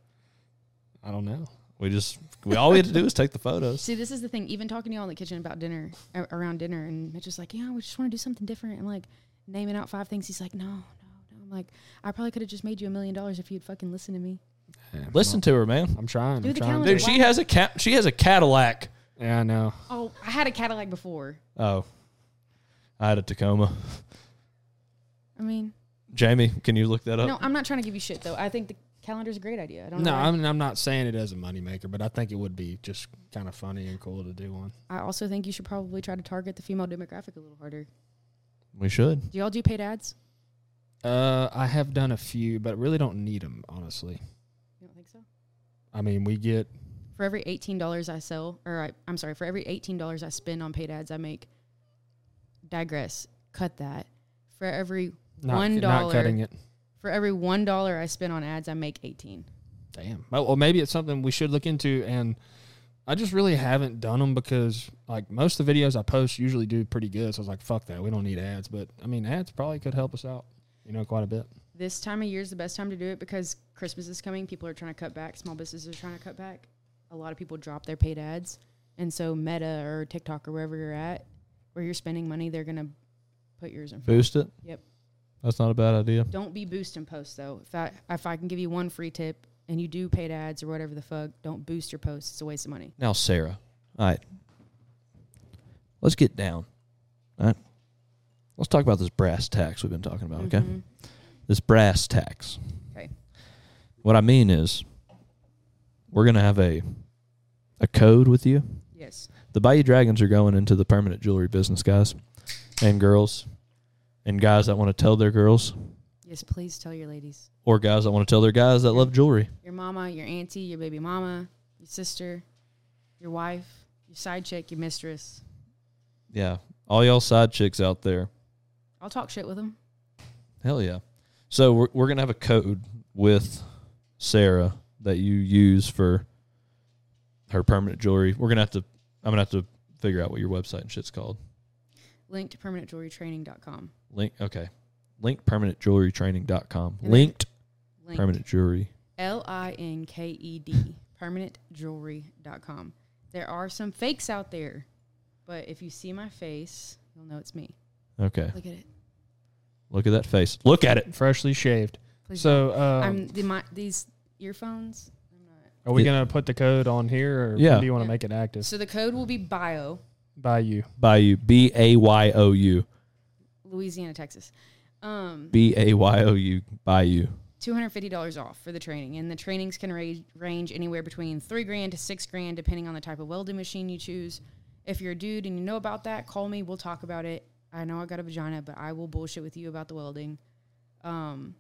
Speaker 1: I don't know.
Speaker 3: We just we all we had to do was take the photos.
Speaker 4: See, this is the thing. Even talking to y'all in the kitchen about dinner, a- around dinner, and Mitch was like, "Yeah, we just want to do something different." And like naming out five things, he's like, "No, no, no." I'm like, "I probably could have just made you a million dollars if you'd fucking listened to me."
Speaker 3: Listen to her, man.
Speaker 1: I'm trying.
Speaker 4: Do
Speaker 1: I'm
Speaker 4: the
Speaker 1: trying.
Speaker 4: calendar.
Speaker 3: Dude, she has a cat. She has a Cadillac.
Speaker 1: Yeah, I know.
Speaker 4: Oh, I had a Cadillac before.
Speaker 3: Oh, I had a Tacoma.
Speaker 4: I mean,
Speaker 3: Jamie, can you look that up?
Speaker 4: no, I'm not trying to give you shit though. I think the calendar's a great idea. I don't
Speaker 1: Uh, No,
Speaker 4: know. why-
Speaker 1: I'm, I'm not saying it as a moneymaker, but I think it would be just kind of funny and cool to do one.
Speaker 4: I also think you should probably try to target the female demographic a little harder.
Speaker 3: We should.
Speaker 4: Do y'all do paid ads?
Speaker 1: Uh, I have done a few, but really don't need them, honestly.
Speaker 4: You don't think so?
Speaker 1: I mean, we get
Speaker 4: For every eighteen dollars I sell, or I, I'm sorry, for every eighteen dollars I spend on paid ads, I make. Digress. Cut that. For every
Speaker 1: not,
Speaker 4: One
Speaker 1: not cutting it.
Speaker 4: for every one dollar I spend on ads, I make eighteen.
Speaker 1: Damn. Well, well, maybe it's something we should look into. And I just really haven't done them because, like, most of the videos I post usually do pretty good. So I was like, fuck that. We don't need ads. But I mean, ads probably could help us out, you know, quite a bit.
Speaker 4: This time of year is the best time to do it because Christmas is coming. People are trying to cut back. Small businesses are trying to cut back. A lot of people drop their paid ads, and so Meta or TikTok or wherever you're at, where you're spending money, they're gonna put yours in. front.
Speaker 3: Boost it.
Speaker 4: Yep.
Speaker 3: That's not a bad idea.
Speaker 4: Don't be boosting posts though. If I if I can give you one free tip and you do paid ads or whatever the fuck, don't boost your posts. It's a waste of money.
Speaker 3: Now, Sarah. All right. Let's get down. All right. Let's talk about this brass tax we've been talking about, okay?
Speaker 4: Mhm.
Speaker 3: This brass tax.
Speaker 4: Okay.
Speaker 3: What I mean is we're going to have a a code with you.
Speaker 4: Yes.
Speaker 3: The Bayou Dragons are going into the permanent jewelry business, guys and girls, and guys that want to tell their girls
Speaker 4: Yes. Please tell your ladies,
Speaker 3: or guys that want to tell their guys that love jewelry.
Speaker 4: your mama, your auntie, your baby mama, your sister, your wife, your side chick, your mistress.
Speaker 3: Yeah. All y'all side chicks out there.
Speaker 4: I'll talk shit with them.
Speaker 3: Hell yeah. So we're, we're going to have a code with Sarah that you use for her permanent jewelry. We're going to have to, I'm going to have to figure out what your website and shit's called.
Speaker 4: Link to permanentjewelrytraining.com.
Speaker 3: Link, okay. Linked permanent jewelry training.com.
Speaker 4: And then
Speaker 3: Linked
Speaker 4: Link
Speaker 3: permanent jewelry.
Speaker 4: L I N K E D, permanentjewelry.com. There are some fakes out there, but if you see my face, you'll know it's me.
Speaker 3: Okay.
Speaker 4: Look at it.
Speaker 3: Look at that face. Look at it.
Speaker 1: Freshly shaved.
Speaker 4: Please.
Speaker 1: So, um,
Speaker 4: I'm the, my, these earphones. I'm not.
Speaker 1: are we
Speaker 3: Yeah.
Speaker 1: going to put the code on here or
Speaker 3: Yeah.
Speaker 1: do you want to
Speaker 4: Yeah.
Speaker 1: make it active?
Speaker 4: So the code will be bio,
Speaker 1: By you.
Speaker 3: Bayou. B A Y O U.
Speaker 4: Louisiana, Texas. Um,
Speaker 3: B A Y O U. Bayou.
Speaker 4: $250 off for the training and the trainings can ra- range anywhere between three grand to six grand depending on the type of welding machine you choose if you're a dude and you know about that call me we'll talk about it i know i got a vagina but i will bullshit with you about the welding um,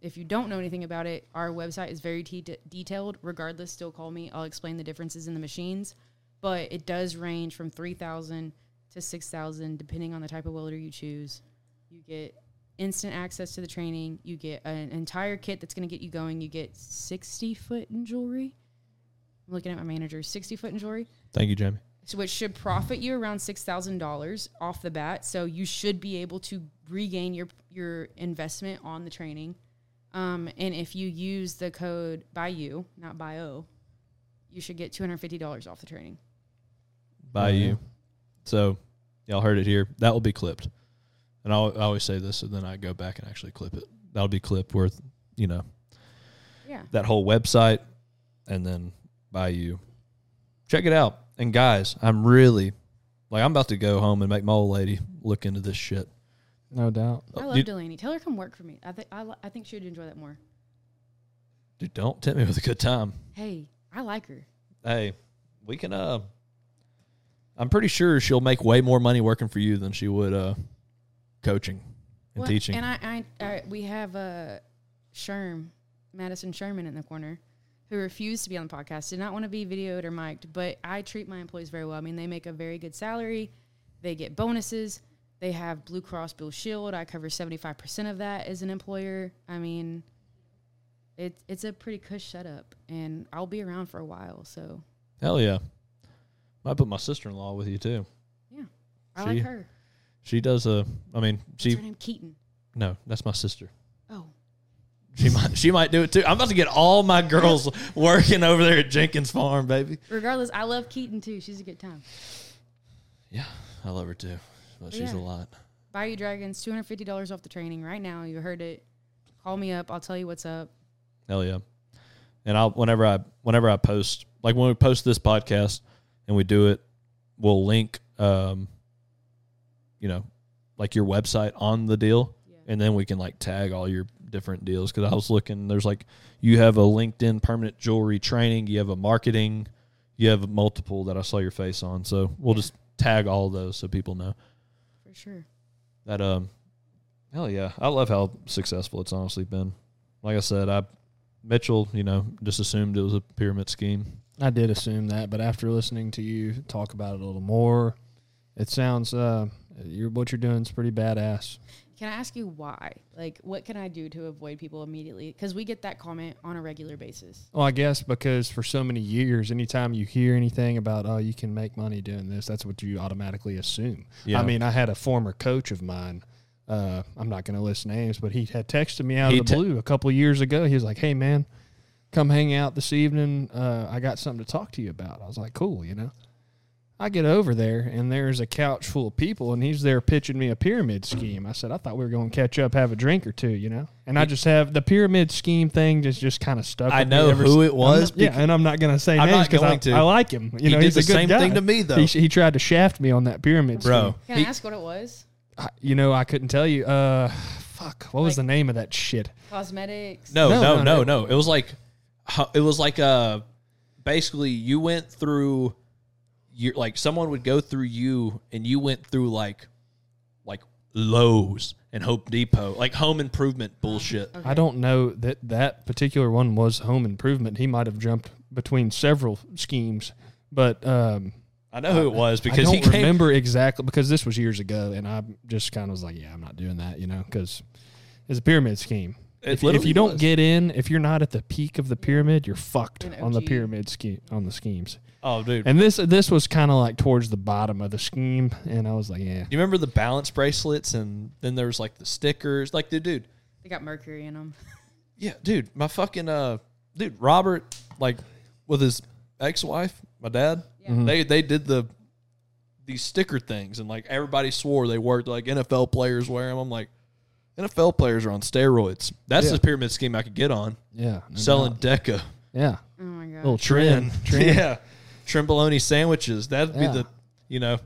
Speaker 4: if you don't know anything about it our website is very te- detailed regardless still call me i'll explain the differences in the machines but it does range from 3000 to 6000 depending on the type of welder you choose you get instant access to the training. You get an entire kit that's going to get you going. You get 60 foot in jewelry. I'm looking at my manager, 60 foot in jewelry,
Speaker 3: Thank you, Jamie.
Speaker 4: so which should profit you around $6,000 off the bat. So you should be able to regain your, your investment on the training. Um, and if you use the code by you, not by O, you should get $250 off the training.
Speaker 3: Bayou.
Speaker 1: Yeah.
Speaker 3: So y'all heard it here. That will be clipped. And I'll, I always say this, and then I go back and actually clip it. That'll be clipped worth, you know,
Speaker 4: Yeah.
Speaker 3: that whole website and then Bayou. Check it out. And guys, I'm really, like, I'm about to go home and make my old lady look into this shit.
Speaker 1: No doubt.
Speaker 4: I
Speaker 3: Oh,
Speaker 4: love
Speaker 3: dude,
Speaker 4: Delaney. Tell her come work for me. I, think I, li- I think she would enjoy that more.
Speaker 3: dude, don't tempt me with a good time.
Speaker 4: Hey, I like her.
Speaker 3: Hey, we can, uh, I'm pretty sure she'll make way more money working for you than she would, uh, coaching and
Speaker 4: Well,
Speaker 3: teaching.
Speaker 4: And I, I, I we have uh, Sherm, Madison Sherman in the corner, who refused to be on the podcast, did not want to be videoed or mic'd. But I treat my employees very well. I mean, they make a very good salary, they get bonuses, they have Blue Cross Blue Shield. I cover seventy five percent of that as an employer. I mean, it's it's a pretty cush setup, and I'll be around for a while. So
Speaker 3: Hell yeah. I put my sister in law with you too.
Speaker 4: I
Speaker 3: She-
Speaker 4: like her.
Speaker 3: She does a. I mean,
Speaker 4: What's
Speaker 3: she
Speaker 4: her name? Keaton.
Speaker 3: no, that's my sister.
Speaker 4: Oh,
Speaker 3: She might she might do it too. I'm about to get all my girls working over there at Jenkins Farm, baby.
Speaker 4: regardless, I love Keaton too. She's a good time.
Speaker 3: Yeah, I love her too, but she's
Speaker 4: Oh,
Speaker 3: a
Speaker 4: Yeah.
Speaker 3: lot.
Speaker 4: Bayou Dragons, two hundred fifty dollars off the training right now. You heard it. Call me up. I'll tell you what's up.
Speaker 3: Hell yeah. And I'll whenever I whenever I post like when we post this podcast and we do it, we'll link um you know, like your website on the deal
Speaker 4: Yeah.
Speaker 3: and then we can like tag all your different deals cuz I was looking there's like you have a LinkedIn permanent jewelry training, you have a marketing, you have multiple that I saw your face on. So we'll
Speaker 4: Yeah.
Speaker 3: just tag all those so people know.
Speaker 4: For sure.
Speaker 3: that um hell yeah i love how successful it's honestly been like i said i mitchell you know just assumed it was a pyramid scheme
Speaker 1: I did assume that, but after listening to you talk about it a little more, it sounds uh, you're, what you're doing is pretty badass.
Speaker 4: Can I ask you why? Like, what can I do to avoid people immediately? Because we get that comment on a regular basis.
Speaker 1: Well, I guess because for so many years, anytime you hear anything about oh you can make money doing this, that's what you automatically assume.
Speaker 3: Yeah.
Speaker 1: I mean, I had a former coach of mine. Uh, I'm not going to list names, but he had texted me out
Speaker 3: He
Speaker 1: of the
Speaker 3: te-
Speaker 1: blue a couple of years ago. He was like, "Hey, man, come hang out this evening. Uh, I got something to talk to you about." I was like, "Cool," you know. I get over there and there's a couch full of people, and he's there pitching me a pyramid scheme. I said, I thought we were going to catch up, have a drink or two, you know. And I just have the pyramid scheme thing just just kind of stuck.
Speaker 3: I
Speaker 1: with me
Speaker 3: know
Speaker 1: ever
Speaker 3: who
Speaker 1: si-
Speaker 3: it was
Speaker 1: I'm not- yeah, and I'm not going to say
Speaker 3: I'm
Speaker 1: names
Speaker 3: not
Speaker 1: because
Speaker 3: going
Speaker 1: I,
Speaker 3: to.
Speaker 1: I like him. You
Speaker 3: He
Speaker 1: know,
Speaker 3: did
Speaker 1: he's
Speaker 3: the
Speaker 1: a good
Speaker 3: same
Speaker 1: guy.
Speaker 3: thing to me, though.
Speaker 1: He, he tried to shaft me on that pyramid, scheme.
Speaker 3: bro
Speaker 4: Can
Speaker 3: he-
Speaker 4: I ask what it was?
Speaker 1: I- you know, I couldn't tell you. Uh, fuck, what was
Speaker 4: Like-
Speaker 1: the name of that shit?
Speaker 4: Cosmetics.
Speaker 3: no, no,
Speaker 1: No,
Speaker 3: no no
Speaker 1: no,
Speaker 3: it was like ho- it was like uh basically you went through you like someone would go through you and you went through like like Lowe's and Hope Depot like home improvement bullshit
Speaker 1: I don't know that that particular one was home improvement. He might have jumped between several schemes, but um,
Speaker 3: I know who it was because
Speaker 1: I
Speaker 3: he
Speaker 1: don't
Speaker 3: came
Speaker 1: remember exactly because this was years ago, and I just kind of was like, yeah, I'm not doing that, you know, because it's a pyramid scheme.
Speaker 3: It
Speaker 1: If, if
Speaker 3: literally
Speaker 1: you don't
Speaker 3: was.
Speaker 1: get in, if you're not at the peak of the pyramid, you're fucked
Speaker 4: An
Speaker 1: on the
Speaker 4: OG.
Speaker 1: pyramid scheme on the schemes.
Speaker 3: oh dude
Speaker 1: And this this was kind of like towards the bottom of the scheme, and I was like, yeah,
Speaker 3: You remember the balance bracelets, and then there was like the stickers. Like, dude, dude,
Speaker 4: They got mercury in them.
Speaker 3: yeah, dude, my fucking uh, dude, Robert, like, with his ex-wife, my dad, they they did the these sticker things, and like everybody swore they worked. Like NFL players wear them. I'm like, NFL players are on steroids. That's the pyramid scheme I could get on
Speaker 1: yeah, no
Speaker 3: selling
Speaker 1: doubt.
Speaker 3: Deca,
Speaker 1: yeah,
Speaker 4: Oh my god.
Speaker 1: little trim, trim.
Speaker 3: yeah, trim bologna sandwiches. That'd
Speaker 1: Yeah.
Speaker 3: be the, you know,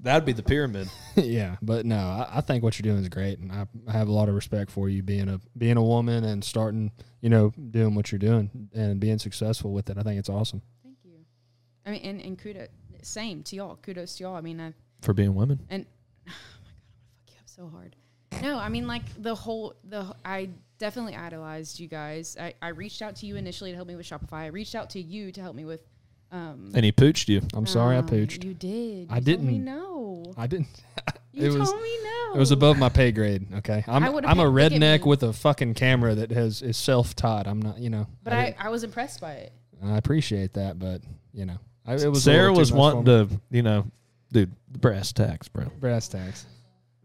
Speaker 3: that'd be the pyramid.
Speaker 1: yeah, but no, I, I think what you're doing is great, and I, I have a lot of respect for you being a being a woman and starting, you know, doing what you're doing and being successful with it. I think it's awesome.
Speaker 4: Thank you. I mean, and, and kudos, same to y'all. Kudos to y'all. I mean, I,
Speaker 3: For being women.
Speaker 4: and oh my god, I'm gonna fuck you up so hard. No, I mean, like the whole the wh- I definitely idolized you guys. I, I reached out to you initially to help me with Shopify. I reached out to you to help me with. Um,
Speaker 3: And he pooched you.
Speaker 1: I'm sorry I
Speaker 4: um,
Speaker 1: pooched.
Speaker 4: You did.
Speaker 1: I
Speaker 4: You told me
Speaker 1: didn't.
Speaker 4: no.
Speaker 1: I didn't.
Speaker 4: You
Speaker 1: it
Speaker 4: told
Speaker 1: was
Speaker 4: me no.
Speaker 1: it was above my pay grade. Okay, I'm
Speaker 4: Oh. I would've
Speaker 1: I'm a
Speaker 4: picked- look at
Speaker 1: redneck
Speaker 4: me.
Speaker 1: with a fucking camera that has is self taught. I'm not, you know.
Speaker 4: But I, I was impressed by it.
Speaker 1: didn't- I appreciate that, but you know, I, it was a
Speaker 3: Sarah
Speaker 1: little too
Speaker 3: was
Speaker 1: much for
Speaker 3: wanting
Speaker 1: me.
Speaker 3: to, you know, dude, the brass tacks, bro.
Speaker 1: brass tacks.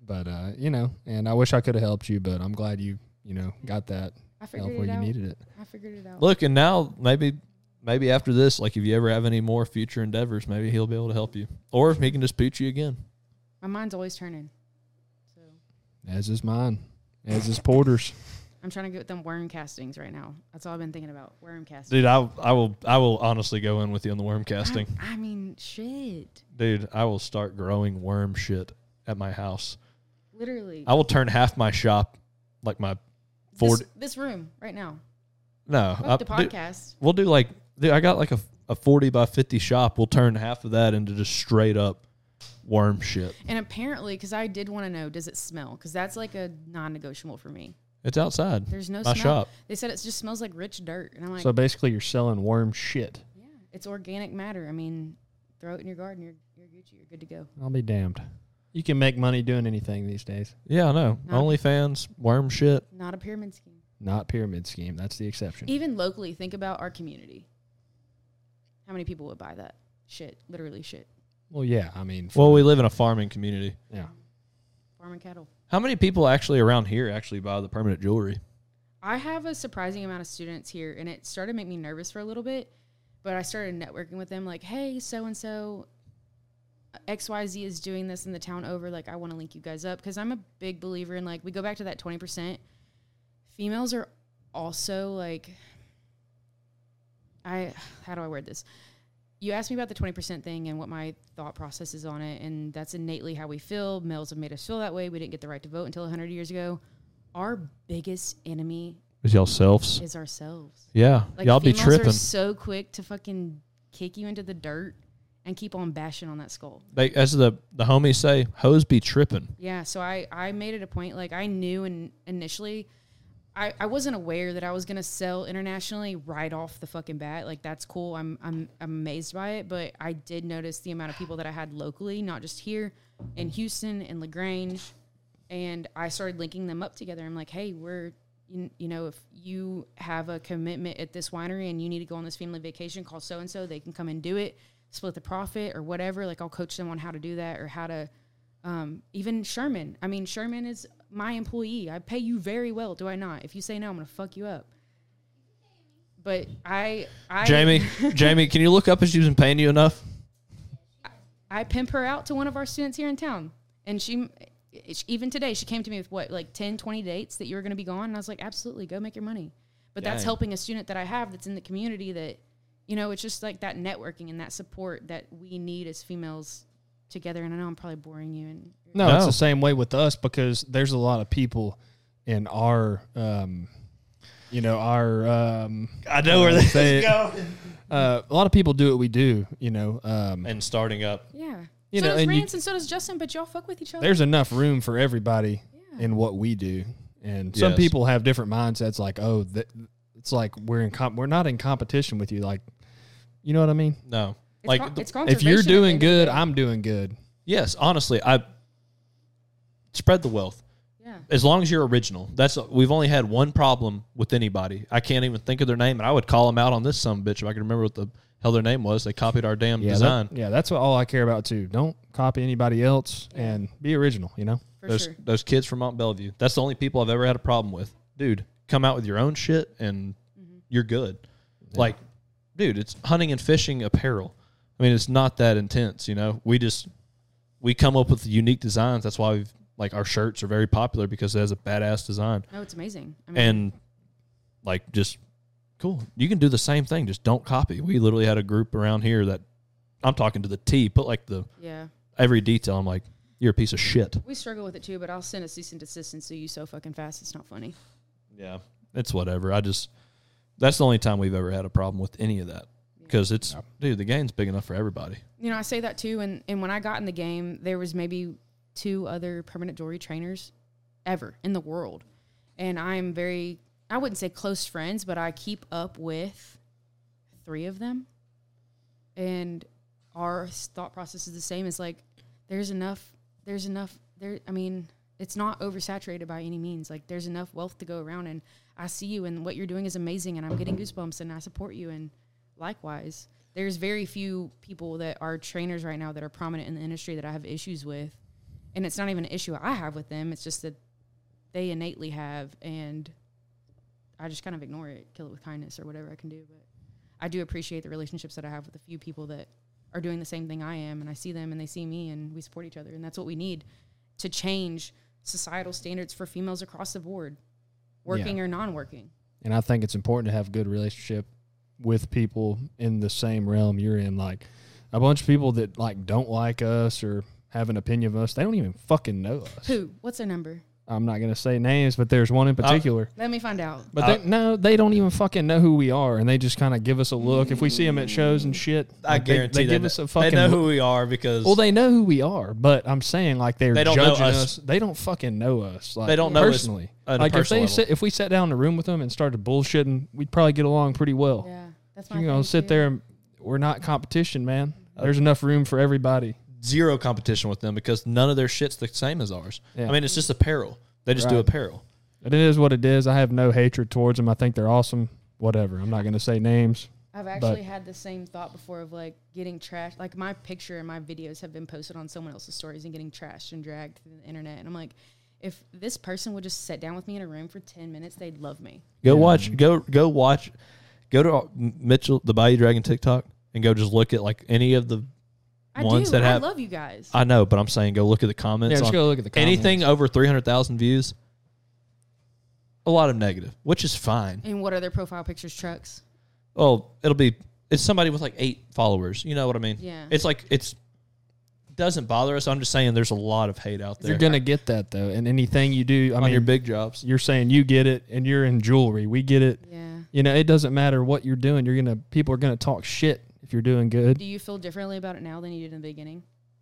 Speaker 1: But uh, you know, and I wish I could have helped you, but I'm glad you you know got that
Speaker 4: I
Speaker 1: help
Speaker 4: figured
Speaker 1: where
Speaker 4: it
Speaker 1: you
Speaker 4: out.
Speaker 1: needed it.
Speaker 4: I figured it out.
Speaker 3: Look, and now maybe, maybe after this, like if you ever have any more future endeavors, maybe he'll be able to help you, or if he can just pooch you again.
Speaker 4: My mind's always turning. So
Speaker 1: As is mine. As is Porter's.
Speaker 4: I'm trying to get them worm castings right now. That's all I've been thinking about. Worm castings.
Speaker 3: Dude, I, I will, I will honestly go in with you on the worm
Speaker 4: Ah.
Speaker 3: casting,
Speaker 4: I, I mean, shit.
Speaker 3: dude. I will start growing worm shit at my house.
Speaker 4: Literally.
Speaker 3: I will turn half my shop, like my,
Speaker 4: this,
Speaker 3: forty.
Speaker 4: this room right now.
Speaker 3: no,
Speaker 4: Fuck
Speaker 3: I-
Speaker 4: the
Speaker 3: dude,
Speaker 4: podcast.
Speaker 3: we'll do like, dude, I got like a, a forty by fifty shop. We'll turn half of that into just straight up worm shit.
Speaker 4: And apparently, because I did want to know, does it smell? Because that's like a non-negotiable for me.
Speaker 3: It's outside.
Speaker 4: There's no
Speaker 3: my
Speaker 4: smell.
Speaker 3: shop.
Speaker 4: They said it just smells like rich dirt, and I'm like,
Speaker 1: So basically you're selling worm shit.
Speaker 4: yeah, it's organic matter. I mean, throw it in your garden. You're you're Gucci. You're good to go.
Speaker 1: I'll be damned. You can make money doing anything these days.
Speaker 3: Yeah, I know.
Speaker 4: Not-
Speaker 3: OnlyFans, worm shit.
Speaker 4: Not a pyramid scheme.
Speaker 1: Not pyramid
Speaker 4: E
Speaker 1: scheme. That's the exception.
Speaker 4: Even locally, think about our community. How many people would buy that? shit, literally shit.
Speaker 1: Well, yeah. I mean,
Speaker 3: Well, we live in a farming community.
Speaker 1: yeah.
Speaker 4: Farming cattle.
Speaker 3: How many people actually around here actually buy the permanent jewelry?
Speaker 4: I have a surprising amount of students here, and it started to make me nervous for a little bit. But I started networking with them, like, hey, so and so, X Y Z is doing this in the town over. Like, I want to link you guys up because I'm a big believer in like we go back to that twenty percent. Females are also like, I how do I word this? You asked me about the twenty percent thing and what my thought process is on it, and that's innately how we feel. Males have made us feel that way. We didn't get the right to vote until hundred years ago. Our biggest enemy
Speaker 3: Is y'all selves?
Speaker 4: is ourselves.
Speaker 3: Yeah,
Speaker 4: Like
Speaker 3: y'all be
Speaker 4: females
Speaker 3: tripping.
Speaker 4: are so quick to fucking kick you into the dirt and keep on bashing on that skull.
Speaker 3: they, as the the homies say, hoes be tripping.
Speaker 4: Yeah, so I I made it a point like I knew and initially I, I wasn't aware that I was gonna sell internationally right off the fucking bat. Like that's cool. I'm I'm amazed by it, but I did notice the amount of people that I had locally, not just here in Houston and Lagrange, and I started linking them up together. I'm like, hey, we're you, you know if you have a commitment at this winery and you need to go on this family vacation, call so and so. They can come and do it, split the profit or whatever. Like I'll coach them on how to do that or how to um, even Sherman. I mean, Sherman is my employee. I pay you very well, do I not? If you say no, I'm gonna fuck you up. But I, I
Speaker 3: Jamie, Jamie, can you look up if she was paying you enough?
Speaker 4: I pimp her out to one of our students here in town. And she, even today, she came to me with what, like 10, 20 dates that you were going to be gone. And I was like, absolutely, go make your money. But that's
Speaker 3: Dang.
Speaker 4: helping a student that I have that's in the community that, you know, it's just like that networking and that support that we need as females together. And I know I'm probably boring you. And
Speaker 1: No,
Speaker 3: No.
Speaker 1: it's the same way with us because there's a lot of people in our, um, you know, our. Um,
Speaker 3: I know where this is going.
Speaker 1: uh, a lot of people do what we do. You know, um,
Speaker 3: And starting up,
Speaker 4: yeah.
Speaker 1: You
Speaker 4: so
Speaker 1: know,
Speaker 4: does
Speaker 1: and you-
Speaker 4: Rance and so does Justin, but y'all fuck with each other.
Speaker 1: there's enough room for everybody in what we do. And some
Speaker 3: Yes.
Speaker 1: people have different mindsets. Like, oh, th- it's like we're in comp- we're not in competition with you. Like, you know what I mean?
Speaker 3: no,
Speaker 4: It's
Speaker 3: like
Speaker 4: con-
Speaker 3: the-
Speaker 4: it's
Speaker 1: If you're
Speaker 4: conservation at the
Speaker 1: doing
Speaker 4: end of the
Speaker 1: good,
Speaker 4: day.
Speaker 1: I'm doing good.
Speaker 3: yes, honestly, I spread the wealth.
Speaker 4: yeah.
Speaker 3: as long as you're original. That's we've only had one problem with anybody. I can't even think of their name, and I would call them out on this some bitch if I could remember what the hell their name was. They copied our damn
Speaker 1: Yeah,
Speaker 3: design.
Speaker 1: That, yeah, that's what all I care about too. Don't copy anybody else and be original. You know.
Speaker 4: For
Speaker 3: those
Speaker 4: sure.
Speaker 3: those kids from Mount Bellevue. That's the only people I've ever had a problem with. Dude, come out with your own shit and
Speaker 4: Mm-hmm.
Speaker 3: you're good. Like, dude, it's hunting and fishing apparel. I mean, it's not that intense, you know. We just we come up with unique designs. That's why we've like our shirts are very popular because it has a badass design.
Speaker 4: No, it's amazing. I mean,
Speaker 3: and like just cool. You can do the same thing, just don't copy. We literally had a group around here that I'm talking to the T, put like the
Speaker 4: yeah.
Speaker 3: every detail. I'm like, you're a piece of shit.
Speaker 4: We struggle with it too, but I'll send a cease and desist and sue you so fucking fast. It's not funny.
Speaker 3: Yeah, it's whatever. I just that's the only time we've ever had a problem with any of that because it's dude, the game's big enough for everybody.
Speaker 4: You know, I say that too. And, and when I got in the game, there was maybe two other permanent jewelry trainers ever in the world. And I'm very, I wouldn't say close friends, but I keep up with three of them. And our s- thought process is the same. It's like, there's enough, there's enough, there, I mean, it's not oversaturated by any means. Like, there's enough wealth to go around. And I see you, and what you're doing is amazing. And I'm getting goosebumps, and I support you. And likewise there's very few people that are trainers right now that are prominent in the industry that i have issues with and it's not even an issue i have with them it's just that they innately have and i just kind of ignore it kill it with kindness or whatever i can do but i do appreciate the relationships that i have with a few people that are doing the same thing i am and i see them and they see me and we support each other and that's what we need to change societal standards for females across the board working or non-working
Speaker 1: and I think it's important to have good relationship with people in the same realm you're in. Like a bunch of people that like don't like us or have an opinion of us, they don't even fucking know us.
Speaker 4: who what's their number
Speaker 1: I'm not gonna say names, but there's one in particular.
Speaker 4: let me find out
Speaker 1: but they, no, they don't even fucking know who we are, and they just kind of give us a look if we see them at shows and shit.
Speaker 3: I
Speaker 1: like, they-
Speaker 3: guarantee
Speaker 1: they,
Speaker 3: they
Speaker 1: give
Speaker 3: kn-
Speaker 1: us a fucking.
Speaker 3: They know who we are because
Speaker 1: well,
Speaker 3: they,
Speaker 1: they know who we are, but I'm saying like they're
Speaker 3: They don't know
Speaker 1: judging us.
Speaker 3: us.
Speaker 1: They don't fucking know us. Like
Speaker 3: They don't know us
Speaker 1: personally.
Speaker 3: at a
Speaker 1: like if they
Speaker 3: personal level.
Speaker 1: sit, if we sat down in a room with them and started bullshitting, we'd probably get along pretty well.
Speaker 4: yeah that's my
Speaker 1: You're gonna
Speaker 4: thing,
Speaker 1: sit
Speaker 4: too.
Speaker 1: there and we're not competition, man. There's enough room for everybody.
Speaker 3: zero competition with them because none of their shit's the same as ours.
Speaker 1: Yeah.
Speaker 3: I mean, it's just apparel. They just do
Speaker 1: Right.
Speaker 3: apparel.
Speaker 1: But it is what it is. I have no hatred towards them. I think they're awesome. Whatever. I'm not gonna say names.
Speaker 4: I've actually had the same thought before of like getting trashed. Like my picture and my videos have been posted on someone else's stories and getting trashed and dragged through the internet. And I'm like, if this person would just sit down with me in a room for 10 minutes, they'd love me.
Speaker 3: Go watch. Go go watch. Go to our- Mitchell the Bayou Dragon TikTok and go just look at like any of the.
Speaker 4: I
Speaker 3: Ones
Speaker 4: do.
Speaker 3: that
Speaker 4: I
Speaker 3: have-
Speaker 4: love you guys.
Speaker 3: I know, but I'm saying go look at the comments.
Speaker 1: Yeah, just
Speaker 3: on
Speaker 1: go look at the comments.
Speaker 3: anything over three hundred thousand views. A lot of negative, which is fine.
Speaker 4: and what are their profile pictures? Trucks.
Speaker 3: Oh, it'll be it's somebody with like eight followers. You know what I mean?
Speaker 4: Yeah.
Speaker 3: It's like it's doesn't bother us. I'm just saying there's a lot of hate out there
Speaker 1: You're gonna get that though, and anything you do, I
Speaker 3: on
Speaker 1: mean,
Speaker 3: your big jobs.
Speaker 1: you're saying you get it, and you're in jewelry. We get it.
Speaker 4: Yeah.
Speaker 1: You know, it doesn't matter what you're doing. You're gonna people are gonna talk shit if you're doing good.
Speaker 4: Do you feel differently about it now than you did in the beginning?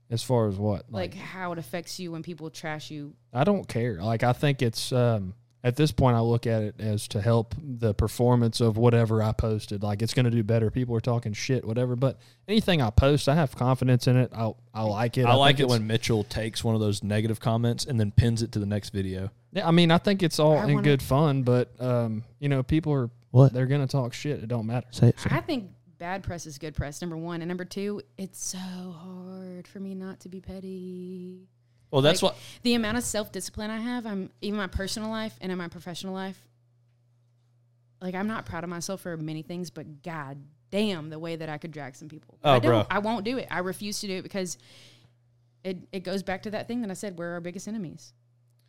Speaker 1: As far as what,
Speaker 4: Like, how it affects you when people trash you?
Speaker 1: I don't care. Like I think it's um, at this point I look at it as to help the performance of whatever I posted. Like it's going to do better. People are talking shit, whatever. But anything I post, I have confidence in it. I I like it.
Speaker 3: I like
Speaker 1: think
Speaker 3: it
Speaker 1: it's-
Speaker 3: when Mitchell takes one of those negative comments and then pins it to the next video.
Speaker 1: Yeah, I mean I think it's all
Speaker 4: I
Speaker 1: in
Speaker 4: wanna-
Speaker 1: good fun, but um, you know people are
Speaker 3: What?
Speaker 1: they're going to talk shit. It don't matter.
Speaker 3: Say it.
Speaker 4: I think bad press is good press, number one. And number two, it's so hard for me not to be petty.
Speaker 3: Well, that's
Speaker 4: Like,
Speaker 3: what
Speaker 4: the amount of self discipline I have, I'm even my personal life and in my professional life. Like I'm not proud of myself for many things, but god damn the way that I could drag some people.
Speaker 3: Oh,
Speaker 4: I don't
Speaker 3: bro.
Speaker 4: I won't do it. I refuse to do it because it it goes back to that thing that I said, we're our biggest enemies.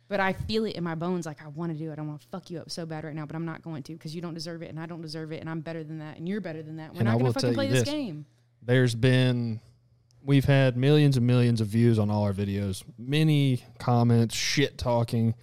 Speaker 4: But I feel it in my bones like I want to do it. I want to fuck you up so bad right now, but I'm not going to because you don't deserve it and I don't deserve it and I'm better than that and you're better than that. We're
Speaker 1: And I
Speaker 4: not
Speaker 1: will
Speaker 4: gonna
Speaker 1: tell
Speaker 4: fucking
Speaker 1: you
Speaker 4: play this
Speaker 1: this.
Speaker 4: game.
Speaker 1: there's been we've had millions and millions of views on all our videos many comments shit talking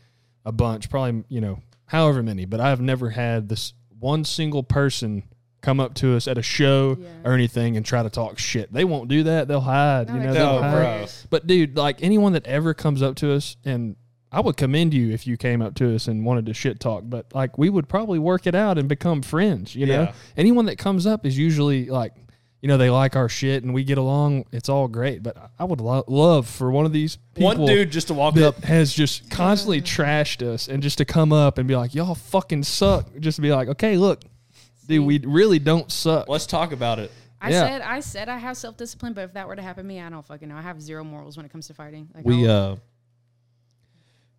Speaker 1: a bunch probably you know however many but i've never had this one single person come up to us at a show
Speaker 4: Yeah.
Speaker 1: or anything and try to talk shit they won't do that they'll hide you
Speaker 4: Not
Speaker 1: know
Speaker 4: a
Speaker 1: they'll
Speaker 4: clue.
Speaker 1: hide.
Speaker 3: bro.
Speaker 1: but dude like anyone that ever comes up to us and i would commend you if you came up to us and wanted to shit talk but like we would probably work it out and become friends you know
Speaker 3: Yeah.
Speaker 1: anyone that comes up is usually like you know they like our shit and we get along it's all great but i would lo- love for one of these people
Speaker 3: one dude just to walk
Speaker 1: that
Speaker 3: up.
Speaker 1: has just constantly trashed us and just to come up and be like y'all fucking suck just to be like okay look dude we really don't suck
Speaker 3: Let's talk about it.
Speaker 4: I
Speaker 1: Yeah.
Speaker 4: said I said I have self discipline, but if that were to happen to me, I don't fucking know. I have zero morals when it comes to fighting. Like
Speaker 3: we
Speaker 4: I'll-
Speaker 3: uh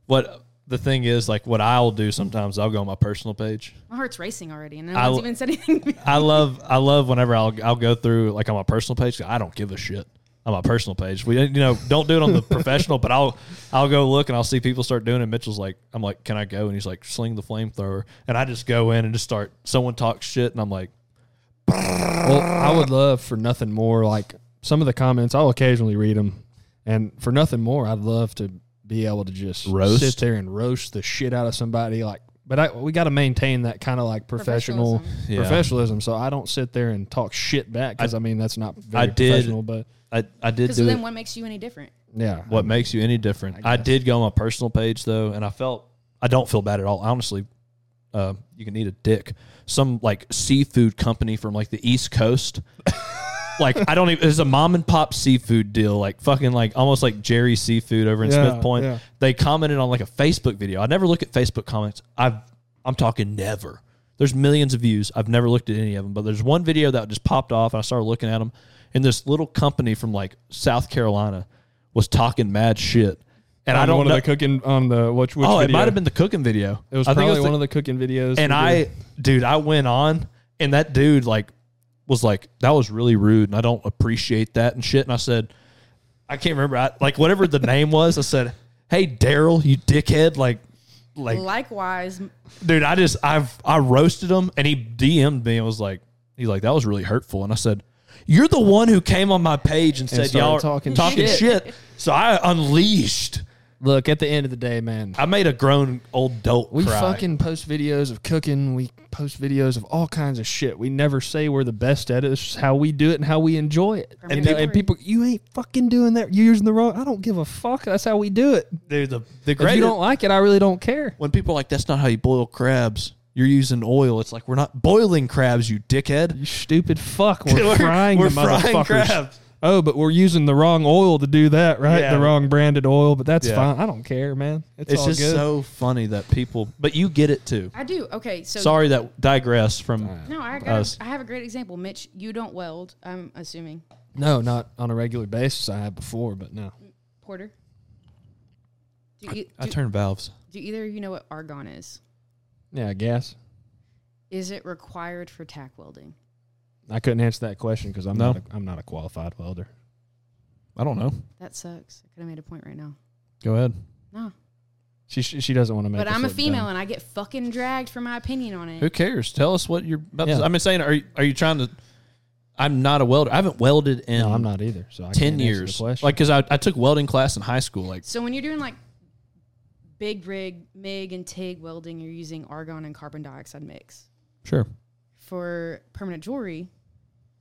Speaker 3: what the thing is like what i'll do sometimes i'll go on my personal page
Speaker 4: My heart's racing already, and no
Speaker 3: I
Speaker 4: one's
Speaker 3: w-
Speaker 4: even said anything. to me.
Speaker 3: i love i love whenever i'll i'll go through like on my personal page 'cause i don't give a shit on my personal page we you know don't do it on the professional but i'll i'll go look and i'll see people start doing it mitchell's like i'm like can i go and he's like sling the flamethrower and i just go in and just start someone talks shit and i'm like
Speaker 1: Well, I would love for nothing more. Like some of the comments, I'll occasionally read them, and for nothing more, I'd love to be able to just
Speaker 3: Roast?
Speaker 1: sit there and roast the shit out of somebody. Like, but I, we got to maintain that kind of like professional professionalism.
Speaker 4: Professionalism.
Speaker 3: Yeah.
Speaker 1: So I don't sit there and talk shit back because I, mean that's not very
Speaker 3: I did-
Speaker 1: professional. But
Speaker 3: i i did
Speaker 4: Because
Speaker 3: do
Speaker 4: then
Speaker 3: it
Speaker 4: what makes you any different?
Speaker 1: yeah,
Speaker 3: what makes you any different. I, did go on my personal page though, and I felt I don't feel bad at all. Honestly, uh, you can eat a dick. Some like seafood company from like the East Coast. like I don't even. It's a mom and pop seafood deal. Like fucking like almost like Jerry Seafood over in
Speaker 1: Yeah,
Speaker 3: Smith Point.
Speaker 1: yeah.
Speaker 3: They commented on like a Facebook video. I never look at Facebook comments. I've I'm talking never. There's millions of views. I've never looked at any of them, but there's one video that just popped off, and I started looking at them. And this little company from like South Carolina was talking mad shit, and I don't
Speaker 1: one
Speaker 3: know.
Speaker 1: of the cooking on the which which
Speaker 3: oh, it
Speaker 1: video?
Speaker 3: might have been the cooking video.
Speaker 1: It was
Speaker 3: I
Speaker 1: probably
Speaker 3: the-
Speaker 1: one of the cooking videos.
Speaker 3: and
Speaker 1: we
Speaker 3: I,
Speaker 1: did.
Speaker 3: dude, I went on, and that dude like was like, "That was really rude, and I don't appreciate that and shit." And I said, "I can't remember, I, like whatever the name was." I said, "Hey, Daryl, you dickhead!" Like, like,
Speaker 4: Likewise, m-
Speaker 3: dude, I just I've I roasted him, and he DM'd me and was like, "He's like, that was really hurtful," and I said. You're the one who came on my page and, said
Speaker 1: started
Speaker 3: y'all are
Speaker 1: talking
Speaker 3: talking, shit. So I unleashed.
Speaker 1: look at the end of the day, man.
Speaker 3: I made a grown old dolt
Speaker 1: We
Speaker 3: cry.
Speaker 1: fucking post videos of cooking. We post videos of all kinds of shit. We never say we're the best at it. It's just how we do it and how we enjoy it.
Speaker 4: Our
Speaker 1: And,
Speaker 4: main
Speaker 1: and
Speaker 4: priority.
Speaker 1: people, you ain't fucking doing that. You're using the wrong. I don't give a fuck. That's how we do it.
Speaker 3: dude. The the
Speaker 1: If
Speaker 3: greatest.
Speaker 1: you don't like it, I really don't care.
Speaker 3: when people are like, that's not how you boil crabs. You're using oil. It's like we're not boiling crabs, you dickhead.
Speaker 1: You stupid fuck. We're, frying the motherfuckers. oh, but we're using the wrong oil to do that, right?
Speaker 3: Yeah.
Speaker 1: The wrong branded oil, but that's
Speaker 3: Yeah.
Speaker 1: fine. I don't care, man. It's,
Speaker 3: It's
Speaker 1: all
Speaker 3: just
Speaker 1: good.
Speaker 3: so funny that people, but you get it too.
Speaker 4: I do. Okay, so
Speaker 3: Sorry that digress from.
Speaker 4: No, I got.
Speaker 3: Us.
Speaker 4: A, I have a great example, Mitch. You don't weld. I'm assuming
Speaker 1: no, not on a regular basis. I have before, but no.
Speaker 4: Porter. Do, you,
Speaker 3: I
Speaker 4: do-
Speaker 3: turn valves.
Speaker 4: do either of you know what argon is?
Speaker 1: Yeah, I guess
Speaker 4: Is it required for tack welding?
Speaker 1: I couldn't answer that question because I'm
Speaker 3: No.
Speaker 1: not. A, I'm not a qualified welder.
Speaker 3: I don't know.
Speaker 4: That sucks. I could have made a point right now.
Speaker 3: Go ahead.
Speaker 4: No,
Speaker 1: She she, she doesn't want to make.
Speaker 4: but
Speaker 1: us
Speaker 4: I'm a
Speaker 1: look
Speaker 4: female
Speaker 1: dumb.
Speaker 4: and I get fucking dragged for my opinion on
Speaker 3: Who
Speaker 4: it.
Speaker 3: cares? Tell us what you're. About
Speaker 1: Yeah.
Speaker 3: to, I'm saying, are you, are you trying to? I'm not a welder. I haven't welded in
Speaker 1: No, I'm not either. So I
Speaker 3: ten
Speaker 1: can't answer
Speaker 3: years.
Speaker 1: The
Speaker 3: Like,
Speaker 1: question.
Speaker 3: because I, I took welding class in high school. Like,
Speaker 4: So when you're doing like big rig, MIG, and TIG welding, you're using argon and carbon dioxide mix.
Speaker 3: sure,
Speaker 4: for permanent jewelry,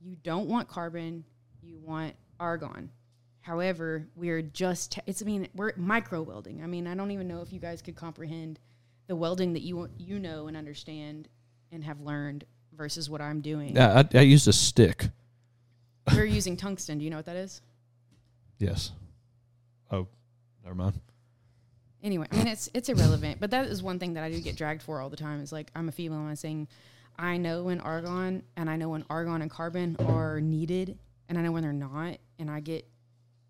Speaker 4: you don't want carbon, you want argon. However, we're just it's I mean we're micro welding. I mean, I don't even know if you guys could comprehend the welding that you you know and understand and have learned versus what I'm doing.
Speaker 3: yeah, I, I used a stick.
Speaker 4: You're using tungsten. Do you know what that is?
Speaker 3: Yes. Oh, never mind.
Speaker 4: anyway, I mean it's it's irrelevant, but that is one thing that I do get dragged for all the time. Is like I'm a female and I'm saying I know when argon and I know when argon and carbon are needed and I know when they're not, and I get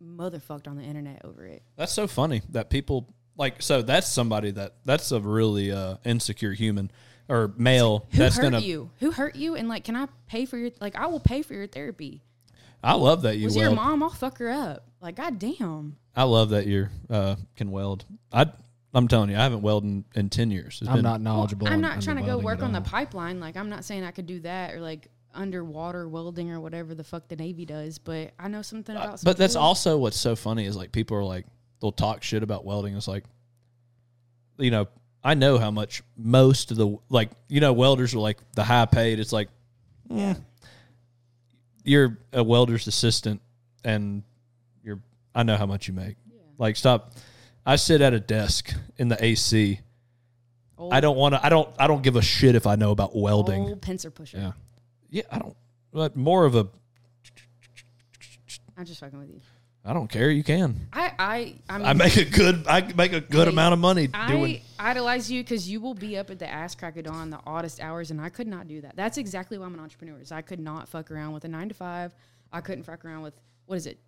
Speaker 4: motherfucked on the internet over it.
Speaker 3: That's so funny that people like. So that's somebody that that's a really uh, insecure human or male
Speaker 4: Who
Speaker 3: that's
Speaker 4: hurt
Speaker 3: gonna.
Speaker 4: you? Who hurt you? And like, can I pay for your like I will pay for your therapy.
Speaker 3: I love that you
Speaker 4: Was
Speaker 3: weld.
Speaker 4: your mom? I'll fuck her up. Like, goddamn.
Speaker 3: I love that you uh, can weld. I I'm telling you, I haven't welded in, in ten years. It's
Speaker 1: I'm
Speaker 3: been-
Speaker 1: not knowledgeable.
Speaker 4: I'm
Speaker 1: on-
Speaker 4: not
Speaker 1: on
Speaker 4: trying to go
Speaker 1: welding
Speaker 4: work
Speaker 1: at
Speaker 4: on the
Speaker 1: all.
Speaker 4: pipeline. Like, I'm not saying I could do that or like underwater welding or whatever the fuck the Navy does, but I know something about some
Speaker 3: Uh, But that's
Speaker 4: tools.
Speaker 3: also what's so funny is like people are like they'll talk shit about welding. It's like, you know, I know how much most of the like you know welders are like the high paid. It's like, yeah, you're a welder's assistant, and you're I know how much you make. Like stop. I sit at a desk in the AC.
Speaker 4: Old-
Speaker 3: I don't want to. I don't. I don't give a shit if I know about welding.
Speaker 4: Old pincer pusher.
Speaker 1: Yeah.
Speaker 3: Yeah, I don't. But more of a.
Speaker 4: I'm just fucking with you.
Speaker 3: I don't care. You can.
Speaker 4: I, I, I, mean,
Speaker 3: I make a good. I make a good
Speaker 4: Hey,
Speaker 3: amount of money
Speaker 4: I
Speaker 3: doing.
Speaker 4: idolize you because you will be up at the ass crack of dawn, the oddest hours, and I could not do that. That's exactly why I'm an entrepreneur. Is I could not fuck around with a nine to five. I couldn't fuck around with what is it,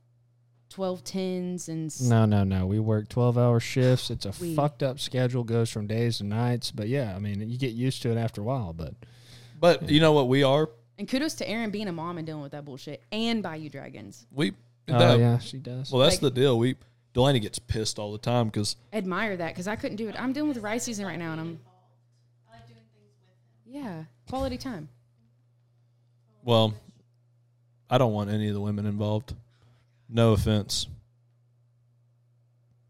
Speaker 4: twelve tens and s-
Speaker 1: No, no, no. We work 12 hour shifts. It's a
Speaker 4: We-
Speaker 1: fucked up schedule, goes from days to nights. But yeah, I mean, you get used to it after a while. But
Speaker 3: But you know what? We are.
Speaker 4: and kudos to Aaron being a mom and dealing with that bullshit and Bayou Dragons.
Speaker 3: We.
Speaker 1: oh,
Speaker 3: that-
Speaker 1: yeah, she does.
Speaker 3: Well, that's
Speaker 4: Like-
Speaker 3: the deal. We. Delaney gets pissed all the time because
Speaker 4: Admire that because I couldn't do it. I'm dealing with rice season right now, and I'm. Yeah, quality time.
Speaker 3: well, I don't want any of the women involved. No offense.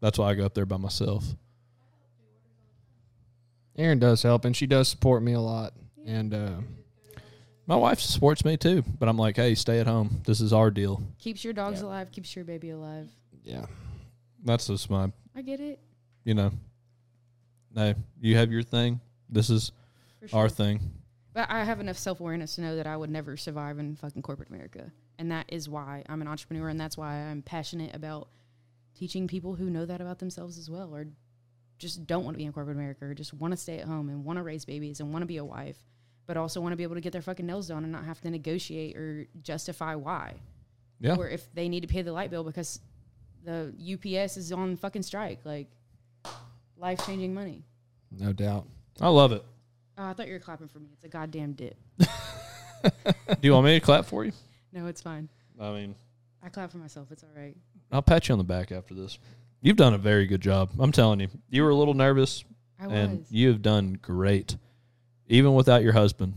Speaker 3: That's why I go up there by myself.
Speaker 1: Erin does help, and she does support me a lot. And uh,
Speaker 3: My wife supports me too, but I'm like, hey, stay at home. This is our deal.
Speaker 4: Keeps your dogs alive. Keeps your baby alive.
Speaker 1: yeah,
Speaker 3: That's just my
Speaker 4: I get it.
Speaker 3: you know, no, you have your thing. This is
Speaker 4: For sure.
Speaker 3: our thing.
Speaker 4: But I have enough self awareness to know that I would never survive in fucking corporate America. And that is why I'm an entrepreneur and that's why I'm passionate about teaching people who know that about themselves as well or just don't want to be in corporate America or just want to stay at home and want to raise babies and want to be a wife, but also want to be able to get their fucking nails done and not have to negotiate or justify why.
Speaker 3: Yeah.
Speaker 4: Or if they need to pay the light bill because the UPS is on fucking strike. Like life changing money.
Speaker 1: no doubt.
Speaker 3: I love it.
Speaker 4: Oh, I thought you were clapping for me. It's a goddamn dip.
Speaker 3: Do you want me to clap for you?
Speaker 4: No, it's fine.
Speaker 3: I mean,
Speaker 4: I clap for myself. It's all right.
Speaker 3: I'll pat you on the back after this. You've done a very good job. I'm telling you. You were a little nervous,
Speaker 4: I
Speaker 3: and
Speaker 4: was.
Speaker 3: you have done great, even without your husband.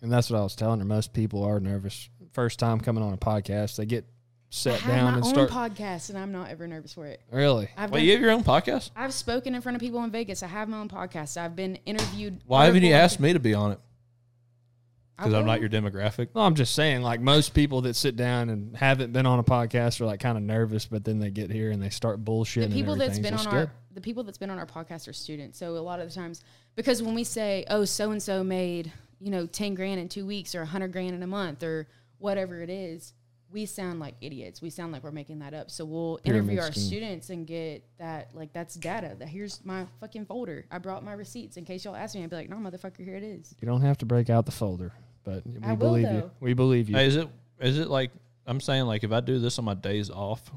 Speaker 1: And that's what I was telling her. Most people are nervous first time coming on a podcast. They get
Speaker 4: I
Speaker 1: set
Speaker 4: have
Speaker 1: down
Speaker 4: my
Speaker 1: and
Speaker 4: own
Speaker 1: start.
Speaker 4: podcast, and I'm not ever nervous for it.
Speaker 1: really?
Speaker 4: I've
Speaker 3: Wait,
Speaker 4: done-
Speaker 3: you have your own podcast?
Speaker 4: I've spoken in front of people in Vegas. I have my own podcast. I've been interviewed.
Speaker 3: Why haven't you
Speaker 4: articles-
Speaker 3: asked me to be on it?
Speaker 4: I
Speaker 3: Because I'm not
Speaker 4: will.
Speaker 3: your demographic.
Speaker 1: Well, I'm just saying, like most people that sit down and haven't been on a podcast are like kind of nervous, but then they get here and they start bullshitting.
Speaker 4: the people
Speaker 1: and
Speaker 4: that's
Speaker 1: everything.
Speaker 4: been
Speaker 1: So it's
Speaker 4: on our
Speaker 1: good.
Speaker 4: the people that's been on our podcast are students. So a lot of the times, because when we say, "Oh, so and so made you know ten grand in two weeks or a hundred grand in a month or whatever it is," we sound like idiots. We sound like we're making that up. So we'll
Speaker 1: Pyramid
Speaker 4: interview our
Speaker 1: scheme.
Speaker 4: students and get that like that's data. That here's my fucking folder. I brought my receipts in case y'all ask me. I'd be like, no, motherfucker, here it is.
Speaker 1: You don't have to break out the folder, but we
Speaker 4: I will,
Speaker 1: believe you.
Speaker 4: though.
Speaker 1: We believe you.
Speaker 3: Hey, is it is it like I'm saying like if I do this on my days off?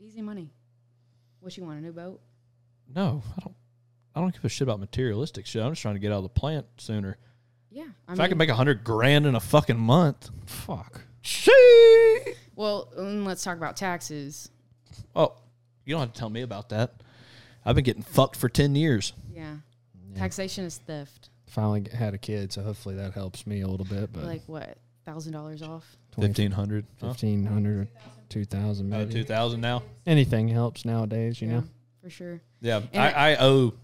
Speaker 4: Easy money. What you want a new boat?
Speaker 3: No, I don't. I don't give a shit about materialistic shit. I'm just trying to get out of the plant sooner.
Speaker 4: Yeah,
Speaker 3: if I can make a hundred grand in a fucking month,
Speaker 1: Fuck.
Speaker 3: shit.
Speaker 4: well, mm, let's talk about taxes.
Speaker 3: Oh, you don't have to tell me about that. I've been getting fucked for ten years.
Speaker 4: Yeah, taxation is theft.
Speaker 1: Finally g- had a kid, so hopefully that helps me a little bit. But
Speaker 4: like what thousand dollars off?
Speaker 1: 20,
Speaker 3: hundred. Huh?
Speaker 1: 1500 or 2000
Speaker 3: Uh,
Speaker 1: maybe.
Speaker 3: two thousand now.
Speaker 1: Anything helps nowadays, you
Speaker 4: yeah,
Speaker 1: know?
Speaker 4: for sure.
Speaker 3: Yeah,
Speaker 4: And
Speaker 3: I, I owe.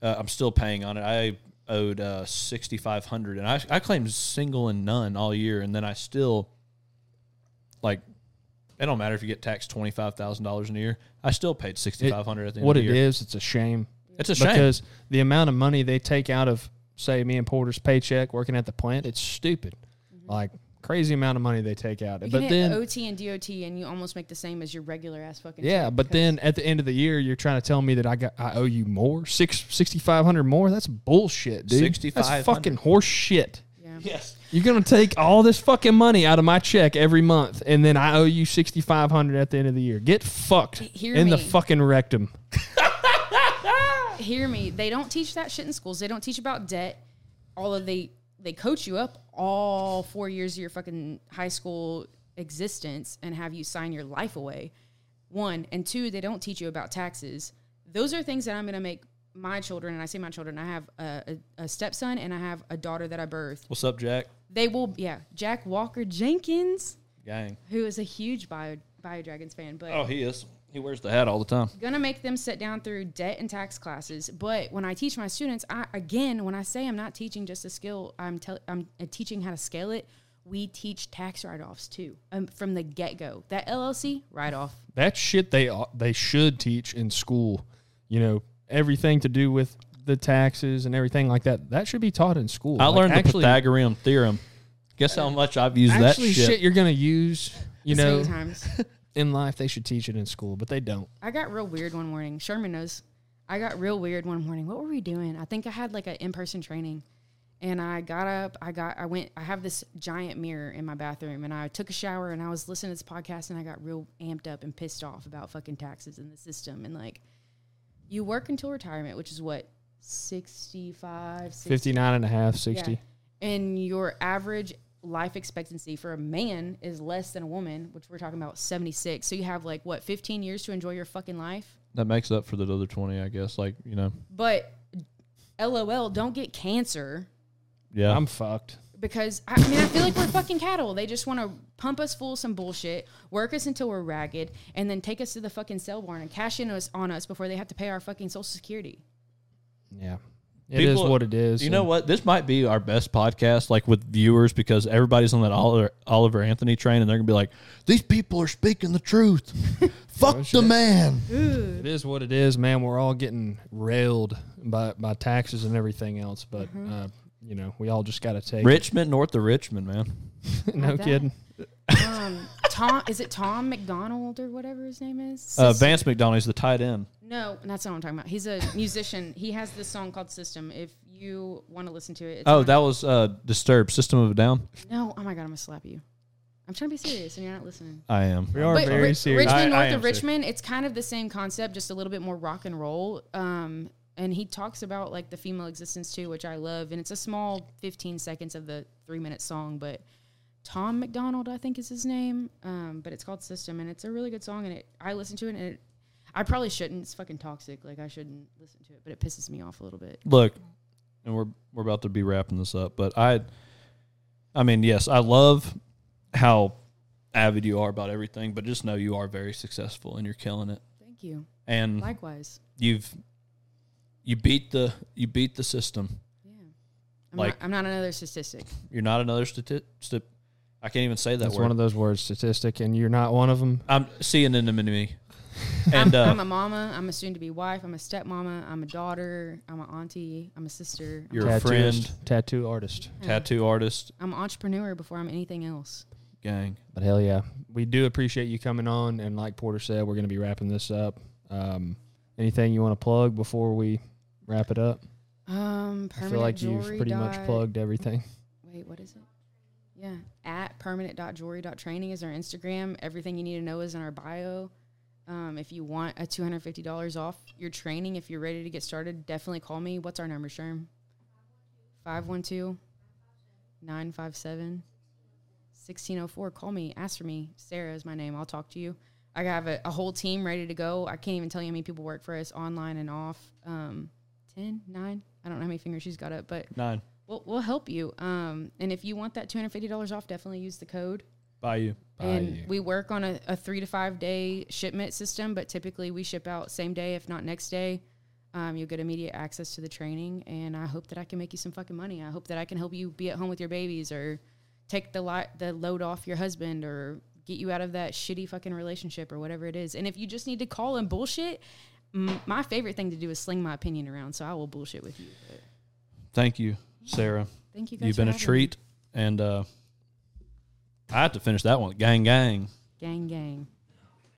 Speaker 3: Uh, I'm still paying on it. I owed uh, sixty five hundred, and I I claimed single and none all year, and then I still like. It don't matter if you get taxed twenty five thousand dollars in a year. I still paid sixty five hundred at the end
Speaker 1: What
Speaker 3: of
Speaker 1: it
Speaker 3: the year.
Speaker 1: is, it's a shame.
Speaker 3: It's a shame.
Speaker 1: Because the amount of money they take out of, say, me and Porter's paycheck working at the plant, it's stupid. Like, crazy amount of money they take out.
Speaker 4: Mm-hmm. You
Speaker 1: but
Speaker 4: can hit
Speaker 1: then.
Speaker 4: OT and DOT, and you almost make the same as your regular ass fucking.
Speaker 1: Yeah,
Speaker 4: check
Speaker 1: but
Speaker 4: because-
Speaker 1: then at the end of the year, you're trying to tell me that I got I owe you more six sixty five hundred more. That's bullshit, dude. That's
Speaker 3: 6,500.
Speaker 1: fucking horse shit.
Speaker 4: yeah.
Speaker 3: yes.
Speaker 1: You're gonna take all this fucking money out of my check every month, and then I owe you sixty five hundred at the end of the year. Get fucked
Speaker 4: hear
Speaker 1: in the
Speaker 4: me.
Speaker 1: fucking rectum.
Speaker 4: hear me. They don't teach that shit in schools. They don't teach about debt. All of they they coach you up all four years of your fucking high school existence and have you sign your life away. One and two, they don't teach you about taxes. Those are things that I'm gonna make my children. And I say my children. I have a, a, a stepson and I have a daughter that I birthed.
Speaker 3: What's up, Jack?
Speaker 4: They will, yeah. Jack Walker Jenkins,
Speaker 3: Gang.
Speaker 4: who is a huge bio bio dragons fan, but
Speaker 3: Oh, he is. He wears the hat all the time.
Speaker 4: gonna make them sit down through debt and tax classes but when i teach my students i again when i say i'm not teaching just a skill i'm tell, i'm uh, teaching how to scale it we teach tax write-offs too um, from the get-go that llc write-off
Speaker 1: That shit they ought- they should teach in school. You know everything to do with the taxes and everything like that. That should be taught in school.
Speaker 3: I
Speaker 1: Like,
Speaker 3: learned
Speaker 1: actually,
Speaker 3: the Pythagorean theorem. Guess how much I've used that
Speaker 1: Actually,
Speaker 3: shit.
Speaker 1: shit. you're gonna use. You
Speaker 4: so
Speaker 1: know,
Speaker 4: many times
Speaker 1: in life they should teach it in school, but they don't.
Speaker 4: I got real weird one morning. Sherman knows. I got real weird one morning. What were we doing? I think I had like an in-person training. And I got up, I got I went I have this giant mirror in my bathroom and I took a shower and I was listening to this podcast and I got real amped up and pissed off about fucking taxes and the system and like you work until retirement, which is what 65, 60,
Speaker 1: 59 and a half,
Speaker 4: yeah.
Speaker 1: 60.
Speaker 4: And your average life expectancy for a man is less than a woman, which we're talking about 76. So you have like what 15 years to enjoy your fucking life?
Speaker 3: that makes up for the other twenty, I guess. Like you know,
Speaker 4: But LOL, don't get cancer
Speaker 3: yeah.
Speaker 1: I'm fucked.
Speaker 4: because I, I mean I feel like we're fucking cattle. They just want to pump us full of some bullshit, work us until we're ragged, and then take us to the fucking cell barn and cash in us on us before they have to pay our fucking social security.
Speaker 1: Yeah. it is
Speaker 3: People-
Speaker 1: what it is.
Speaker 3: You know
Speaker 1: and
Speaker 3: what? This might be our best podcast, like with viewers, because everybody's on that Oliver, Oliver Anthony train, and they're gonna be like, "These people are speaking the truth. Fuck the man."
Speaker 1: It is what it is, man. We're all getting railed by, by taxes and everything else, but,
Speaker 4: Mm-hmm.
Speaker 1: uh, you know, we all just got to take
Speaker 3: Richmond, north of Richmond, man.
Speaker 1: no
Speaker 4: bet.
Speaker 1: kidding.
Speaker 4: Um, Tom, is it Tom McDonald or whatever his name is?
Speaker 3: Uh,
Speaker 4: System-
Speaker 3: Vance McDonald's the tight end.
Speaker 4: no, that's not what I'm talking about. He's a musician. He has this song called System. If you want to listen to it, it's
Speaker 3: Oh,
Speaker 4: on-
Speaker 3: that was uh, Disturbed, System of a Down.
Speaker 4: no. Oh my god, I'm gonna slap you. I'm trying to be serious, and you're not listening.
Speaker 3: I am.
Speaker 1: We are
Speaker 4: But
Speaker 1: very
Speaker 4: Ri-
Speaker 1: serious.
Speaker 3: I- I
Speaker 4: Richmond, north
Speaker 3: am
Speaker 4: of
Speaker 3: serious.
Speaker 4: Richmond, it's kind of the same concept, just a little bit more rock and roll. Um, and he talks about like the female existence too, which I love. And it's a small 15 seconds of the three minute song, but Tom McDonald, I think is his name. Um, but it's called System, and it's a really good song. And it, I listen to it, and it, I probably shouldn't. It's fucking toxic. Like I shouldn't listen to it, but it pisses me off a little bit.
Speaker 3: look, and we're we're about to be wrapping this up, but I, I mean, yes, I love how avid you are about everything, but just know you are very successful and you're killing it,
Speaker 4: Thank you.
Speaker 3: and
Speaker 4: Likewise.
Speaker 3: you've you beat the you beat the system.
Speaker 4: Yeah. I'm,
Speaker 3: Like-
Speaker 4: not, I'm not another statistic.
Speaker 3: You're not another statistic. Sti- I can't even say that
Speaker 1: That's
Speaker 3: word.
Speaker 1: one of those words, statistic, and you're not one of them.
Speaker 3: I'm seeing an enemy, and
Speaker 4: I'm,
Speaker 3: uh,
Speaker 4: I'm a mama. I'm a soon-to-be wife. I'm a stepmama. I'm a daughter. I'm an auntie. I'm a sister. I'm
Speaker 3: You're a friend.
Speaker 1: Tattoo artist.
Speaker 4: a-
Speaker 3: tattoo artist.
Speaker 4: I'm an entrepreneur before I'm anything else.
Speaker 3: gang.
Speaker 1: But hell yeah, we do appreciate you coming on. And like Porter said, we're going to be wrapping this up. Um, anything you want to plug before we wrap it up?
Speaker 4: Um,
Speaker 1: I feel
Speaker 4: permanent
Speaker 1: like
Speaker 4: jewelry.
Speaker 1: you've pretty much
Speaker 4: dot-
Speaker 1: plugged everything.
Speaker 4: Wait, what is it? Yeah, at permanent.jewelry.training is our Instagram. Everything you need to know is in our bio. Um, if you want a $250 off your training, if you're ready to get started, definitely call me. What's our number, Sherm? 512 957 1604. Call me. Ask for me. Sarah is my name. I'll talk to you. I have a, a whole team ready to go. I can't even tell you how many people work for us online and off. Um, 10, 9. I don't know how many fingers she's got up, but
Speaker 3: Nine.
Speaker 4: we'll, we'll help you. Um, and if you want that $250 off, definitely use the code.
Speaker 3: Buy you.
Speaker 4: and we work on a, a three to five day shipment system, but typically we ship out same day, if not next day. Um, you'll get immediate access to the training. And I hope that I can make you some fucking money. I hope that I can help you be at home with your babies or take the, li- the load off your husband or get you out of that shitty fucking relationship or whatever it is. And if you just need to call and bullshit, m- my favorite thing to do is sling my opinion around. So I will bullshit with you. But
Speaker 3: Thank you, Sarah.
Speaker 4: thank you guys.
Speaker 3: You've
Speaker 4: for
Speaker 3: been a
Speaker 4: having me.
Speaker 3: treat. And uh, I have to finish that one. Gang, gang.
Speaker 4: Gang, gang.